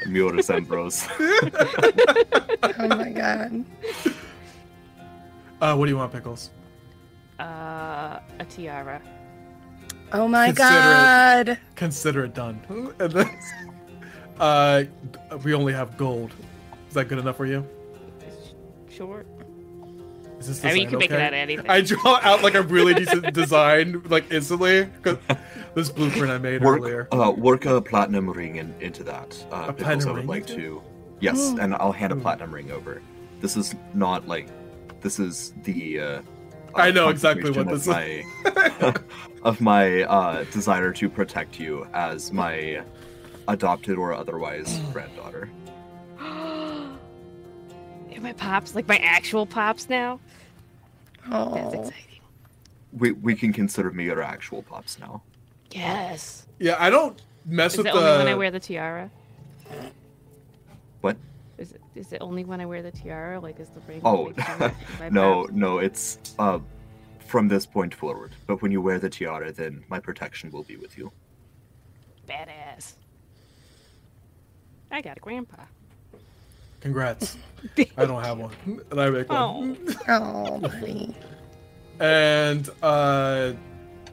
D: Muris Ambrose.
F: oh my god.
E: Uh, what do you want, Pickles?
C: Uh, a tiara.
F: Oh my
E: Consider it.
F: god.
E: Consider it done. And then, uh, we only have gold. Is that good enough for you?
C: It's Short.
E: Is this
C: I mean, you
E: design
C: can make it
E: okay?
C: out of anything.
E: I draw out like a really decent design, like instantly. 'cause This blueprint I made earlier.
D: work, uh, work a platinum ring in, into that. Uh,
E: A
D: Pickles,
E: platinum
D: I would
E: ring
D: like
E: into Hmm.
D: to. Yes, and I'll hand a platinum ring over. This is not like. This is the. Uh, uh,
E: I know exactly what
D: confirmation of My, of my uh, desire to protect you as my adopted or otherwise granddaughter.
C: Am my pops like my actual pops now? That's
F: Oh.
C: exciting.
D: We, we can consider me your actual pops now.
C: Yes.
E: Yeah, I don't mess
C: Is
E: with
C: it
E: the.
C: only when I wear the tiara?
D: What?
C: Is it, is it only when I wear the tiara? Like, is the ring?
D: Oh,
C: like, covered by
D: no,
C: pops?
D: no, it's uh, from this point forward. But when you wear the tiara, then my protection will be with you.
C: Badass. I got a grandpa.
E: Congrats. I don't have one. And I
C: Oh.
E: make one.
F: Oh, buddy.
E: And uh,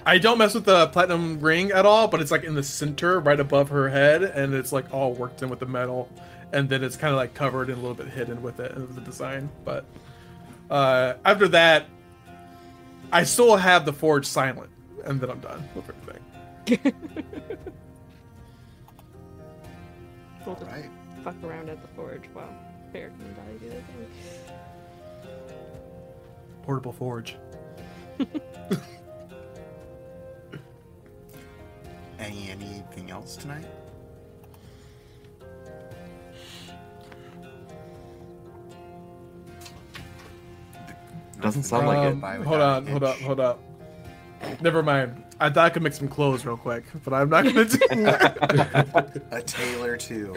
E: I don't mess with the platinum ring at all, but it's like in the center, right above her head, and it's like all worked in with the metal, and then it's kind of like covered and a little bit hidden with it with the design. But uh, after that, I still have the forge silent, and then I'm done with everything.
C: We'll
G: All
C: just
G: right.
C: fuck around at the forge while Bear and Dolly do their thing.
E: Portable forge.
G: Any anything else tonight?
D: Doesn't sound like it.
E: Um, Hold on, hold up, hold up. Never mind. I thought I could make some clothes real quick, but I'm not gonna do that.
G: A tailor too.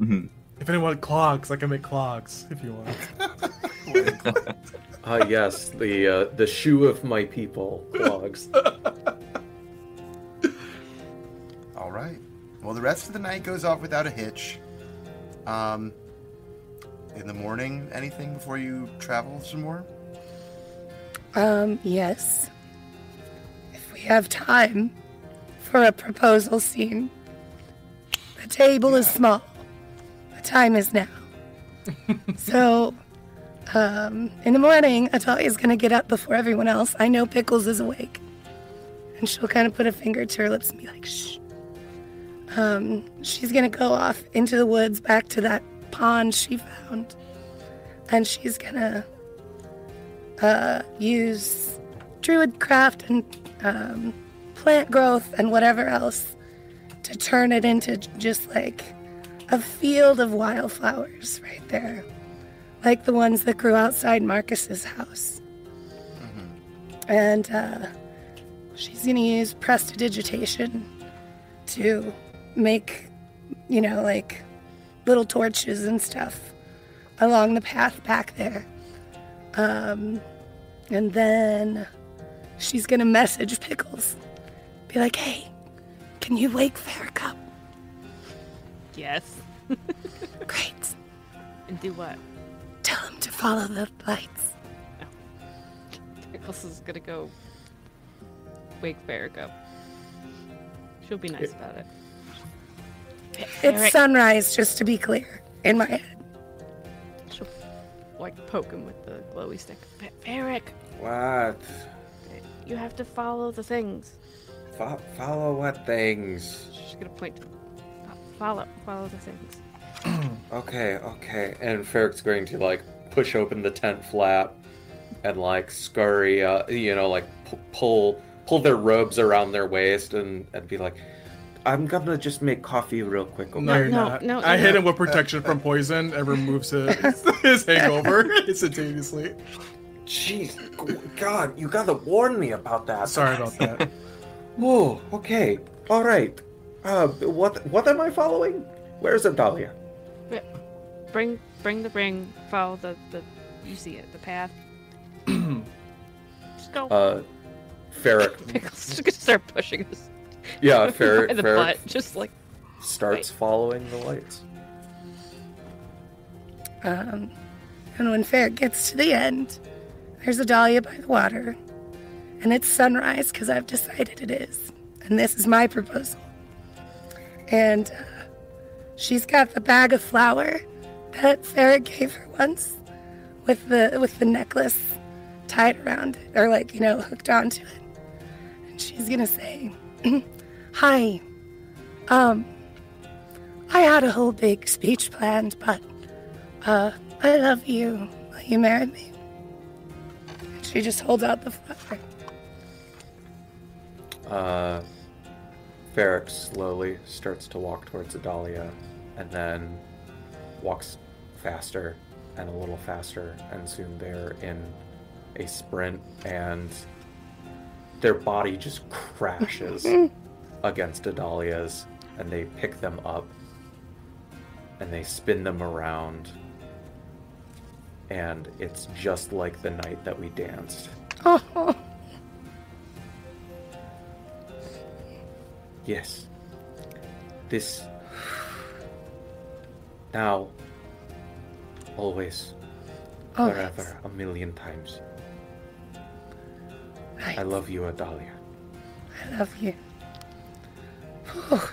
D: Mhm.
E: if anyone wants clogs, I can make clogs if you want.
B: Ah, yes, the uh, the shoe of my people, clogs.
G: All right. Well, the rest of the night goes off without a hitch. Um, in the morning, anything before you travel some more?
F: Um, yes. If we have time for a proposal scene. The table is small. The time is now. so, um, in the morning, Atalia's gonna get up before everyone else. I know Pickles is awake. And she'll kind of put a finger to her lips and be like, shh. Um, she's gonna go off into the woods back to that pond she found. And she's gonna uh, use druid craft and um, plant growth and whatever else to turn it into j- just like a field of wildflowers right there, like the ones that grew outside Marcus's house. And uh, she's gonna use prestidigitation to make, you know, like little torches and stuff along the path back there. Um, and then she's gonna message Pickles, be like, "Hey, can you wake Farrick up?
C: Yes.
F: Great.
C: And do what?
F: Tell him to follow the lights."
C: Pickles is gonna go wake Barrick up. She'll be nice about it.
F: It's
C: Alright.
F: sunrise, just to be clear. In my head,
C: She'll like poke him with the glowy stick. "Ba- Barrick,
B: what?
C: you have to follow the things.
B: Fo- follow what things?
C: She's gonna point to uh, follow, follow the things.
B: Okay, okay. And Ferrick's going to like push open the tent flap and like scurry, uh, you know, like pu- pull pull their robes around their waist and and be like, "I'm gonna just make coffee real quick." Okay?
E: No, you're
C: no,
E: not.
C: no,
E: I
C: you're
E: hit
C: not.
E: him with protection from poison and removes his, his hangover instantaneously.
B: Jeez, g- God, you gotta warn me about that.
E: Sorry about that.
B: Whoa. Okay. All right. Uh, what what am I following? Where's Adalia?
C: Ba- Bring, bring the ring. Follow the the. You see it, the path. just go.
B: Uh, Ferrick.
C: Pickles just gonna start pushing us.
B: Yeah,
C: by
B: Ferrick.
C: the
B: Ferrick
C: butt, just like
B: starts following the lights.
F: um, and when Ferret gets to the end, there's a dahlia by the water, and it's sunrise because I've decided it is, and this is my proposal. And uh, she's got the bag of flour that Ferret gave her once, with the with the necklace tied around it, or like you know hooked onto it. And she's gonna say, "Hi, um, I had a whole big speech planned, but uh, I love you. Will you marry me?" And she just holds out the flower.
B: Uh, Ferrick slowly starts to walk towards Adalia and then walks faster and a little faster, and soon they're in a sprint and their body just crashes against Adalia's, and they pick them up and they spin them around. And it's just like the night that we danced.
F: Oh,
B: Yes. This. Now, Always.
F: Oh, yes.
B: forever. A million times.
F: Right.
B: I love you, Adalia.
F: I love you. Oh,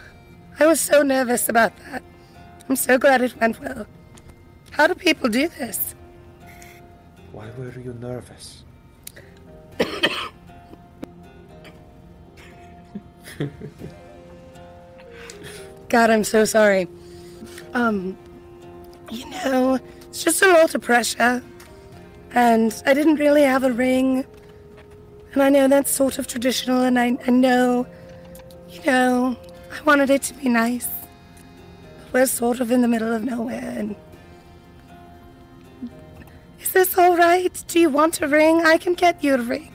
F: I was so nervous about that. I'm so glad it went well. How do people do this?
B: Why were you nervous?
F: God, I'm so sorry. Um, you know, it's just a lot of pressure. And I didn't really have a ring. And I know that's sort of traditional, and I, I know, you know, I wanted it to be nice. But we're sort of in the middle of nowhere, and. Is this all right? Do you want a ring? I can get you a ring.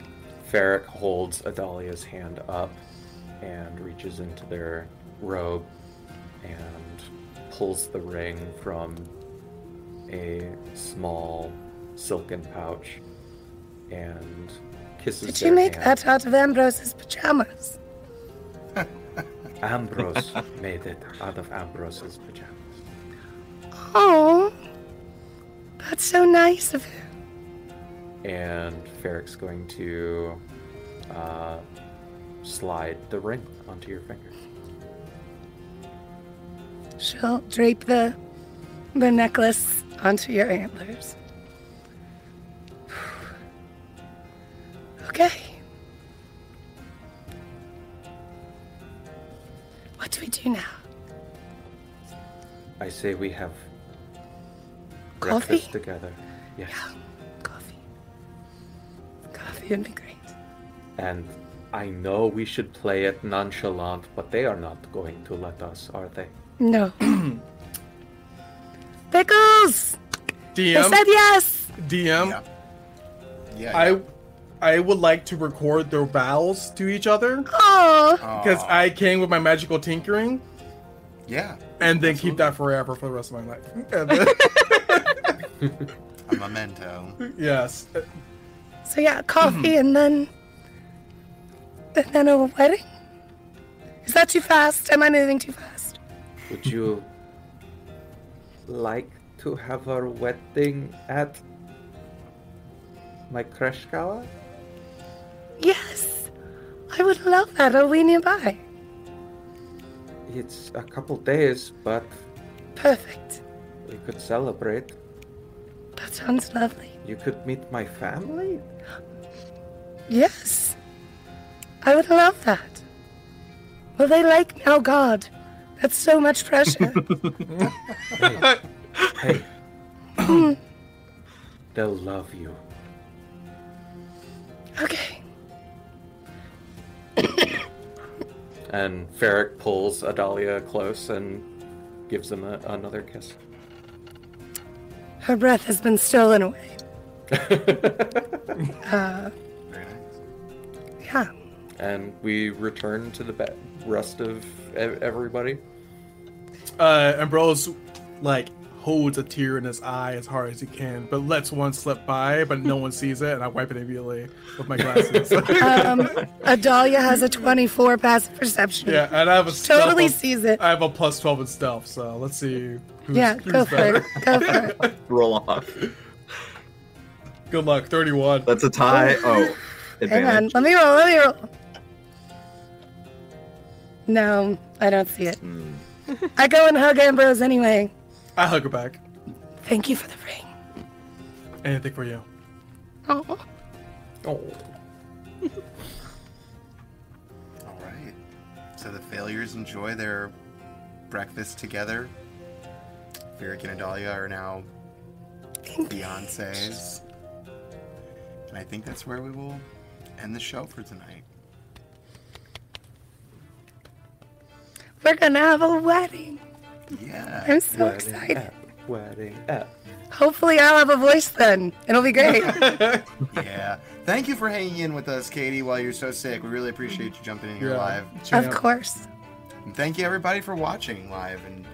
B: Ferric holds Adalia's hand up and reaches into their robe and pulls the ring from a small silken pouch and kisses
F: Did
B: their
F: you make
B: hand.
F: that out of Ambrose's pajamas?
B: Ambrose made it out of Ambrose's pajamas.
F: Oh, that's so nice of him.
B: And Ferric's going to uh, slide the ring onto your finger.
F: She'll drape the the necklace onto your antlers. Okay. What do we do now?
B: I say we have
F: Coffee?
B: breakfast together. Yes.
F: Coffee. Coffee would be great.
B: And I know we should play it nonchalant, but they are not going to let us, are they?
F: No. Pickles! I
E: DM,
F: said yes!
E: DM,
G: Yeah. Yeah.
E: I, I would like to record their vows to each other
F: Oh,
E: because
G: Aw,
E: I can with my magical tinkering,
G: Yeah.
E: and then keep that forever for the rest of my life. And
G: A memento.
E: then- yes,
F: so yeah, coffee and then and then a wedding? Is that too fast? Am I moving too fast?
B: Would you like to have our wedding at my Kreshkala?
F: Yes, I would love that. Are we nearby?
B: It's a couple days, but
F: Perfect.
B: we could celebrate.
F: That sounds lovely.
B: You could meet my family?
F: Yes, I would love that. Will they like? Oh God, that's so much pressure.
B: Hey. They'll love you.
F: okay.
B: And Ferric pulls Adalia close and gives them a, another kiss.
F: Her breath has been stolen away. Uh,
G: Very nice.
F: Yeah.
B: and we return to the be- rest of e- everybody.
E: uh, Ambrose like holds a tear in his eye as hard as he can, but lets one slip by, but no one sees it, and I wipe it immediately with my glasses.
F: Um, Adalia has a 24 passive perception.
E: yeah, and I have a stealth
F: Totally
E: of-
F: sees it.
E: I have a plus twelve in stealth, so let's see. Who's,
F: yeah,
E: who's
F: go for it.
E: better.
F: Go for it.
D: Roll off.
E: Good luck, thirty-one.
D: That's a tie. Oh,
F: Hang on.
D: advantage.
F: Let me roll. Let me roll. No, I don't see it.
D: Mm.
F: I go and hug Ambrose anyway.
E: I hug her back.
F: Thank you for the ring.
E: Anything for you?
F: Oh,
B: Oh,
G: All right. So the failures enjoy their breakfast together. Ferric and Adalia are now fiancés. And I think that's where we will end the show for tonight.
F: we're gonna have a wedding.
G: Yeah.
F: I'm so excited.
B: at, wedding at.
F: Hopefully, I'll have a voice then. It'll be great.
G: Yeah. Thank you for hanging in with us, Katie, while you're so sick. We really appreciate you jumping in here
E: Yeah.
G: live.
F: of
E: Champ.
F: course.
G: And thank you everybody for watching live and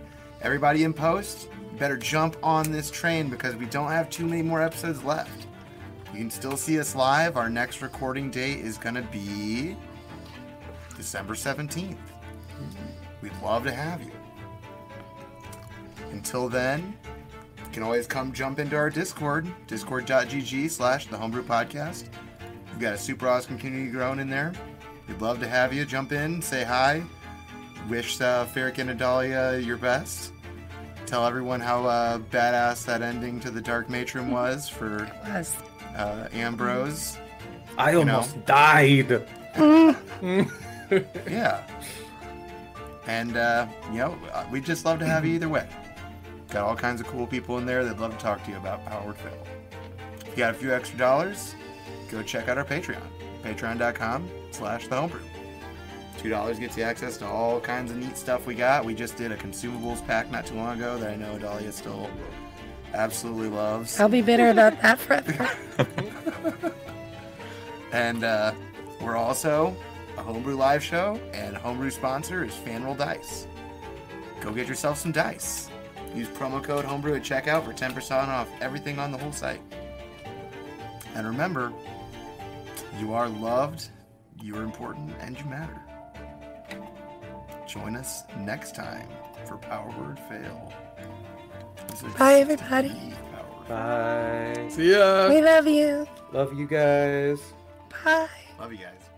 G: everybody in post better jump on this train because we don't have too many more episodes left. You can still see us live. Our next recording date is going to be December 17th. We'd love to have you. Until then, can always come jump into our Discord, discord.gg slash the homebrew podcast. We've got a super awesome community growing in there. We'd love to have you jump in, say hi, wish uh, Ferric and Adalia your best. Tell everyone how uh, badass that ending to the Dark Matron was for
F: Yes.
G: uh, Ambrose.
B: I
G: know.
B: almost died.
G: Yeah. And, uh, you know, uh, we'd just love to have you either way. Got all kinds of cool people in there that'd love to talk to you about Powered Fill. If you got a few extra dollars, go check out our Patreon. Patreon.com slash the homebrew. Two dollars gets you access to all kinds of neat stuff we got. We just did a consumables pack not too long ago that I know Dahlia still absolutely loves.
F: I'll be bitter about that forever.
G: And uh, we're also a homebrew live show, and homebrew sponsor is Fanroll Dice. Go get yourself some dice. Use promo code homebrew at checkout for 10% off everything on the whole site. And remember, you are loved, you're important, and you matter. Join us next time for Power Word Fail. These are
F: Bye, everybody.
G: three Power Word-
B: Bye.
E: See ya.
F: we love you.
B: Love you guys.
F: Bye.
G: Love you guys.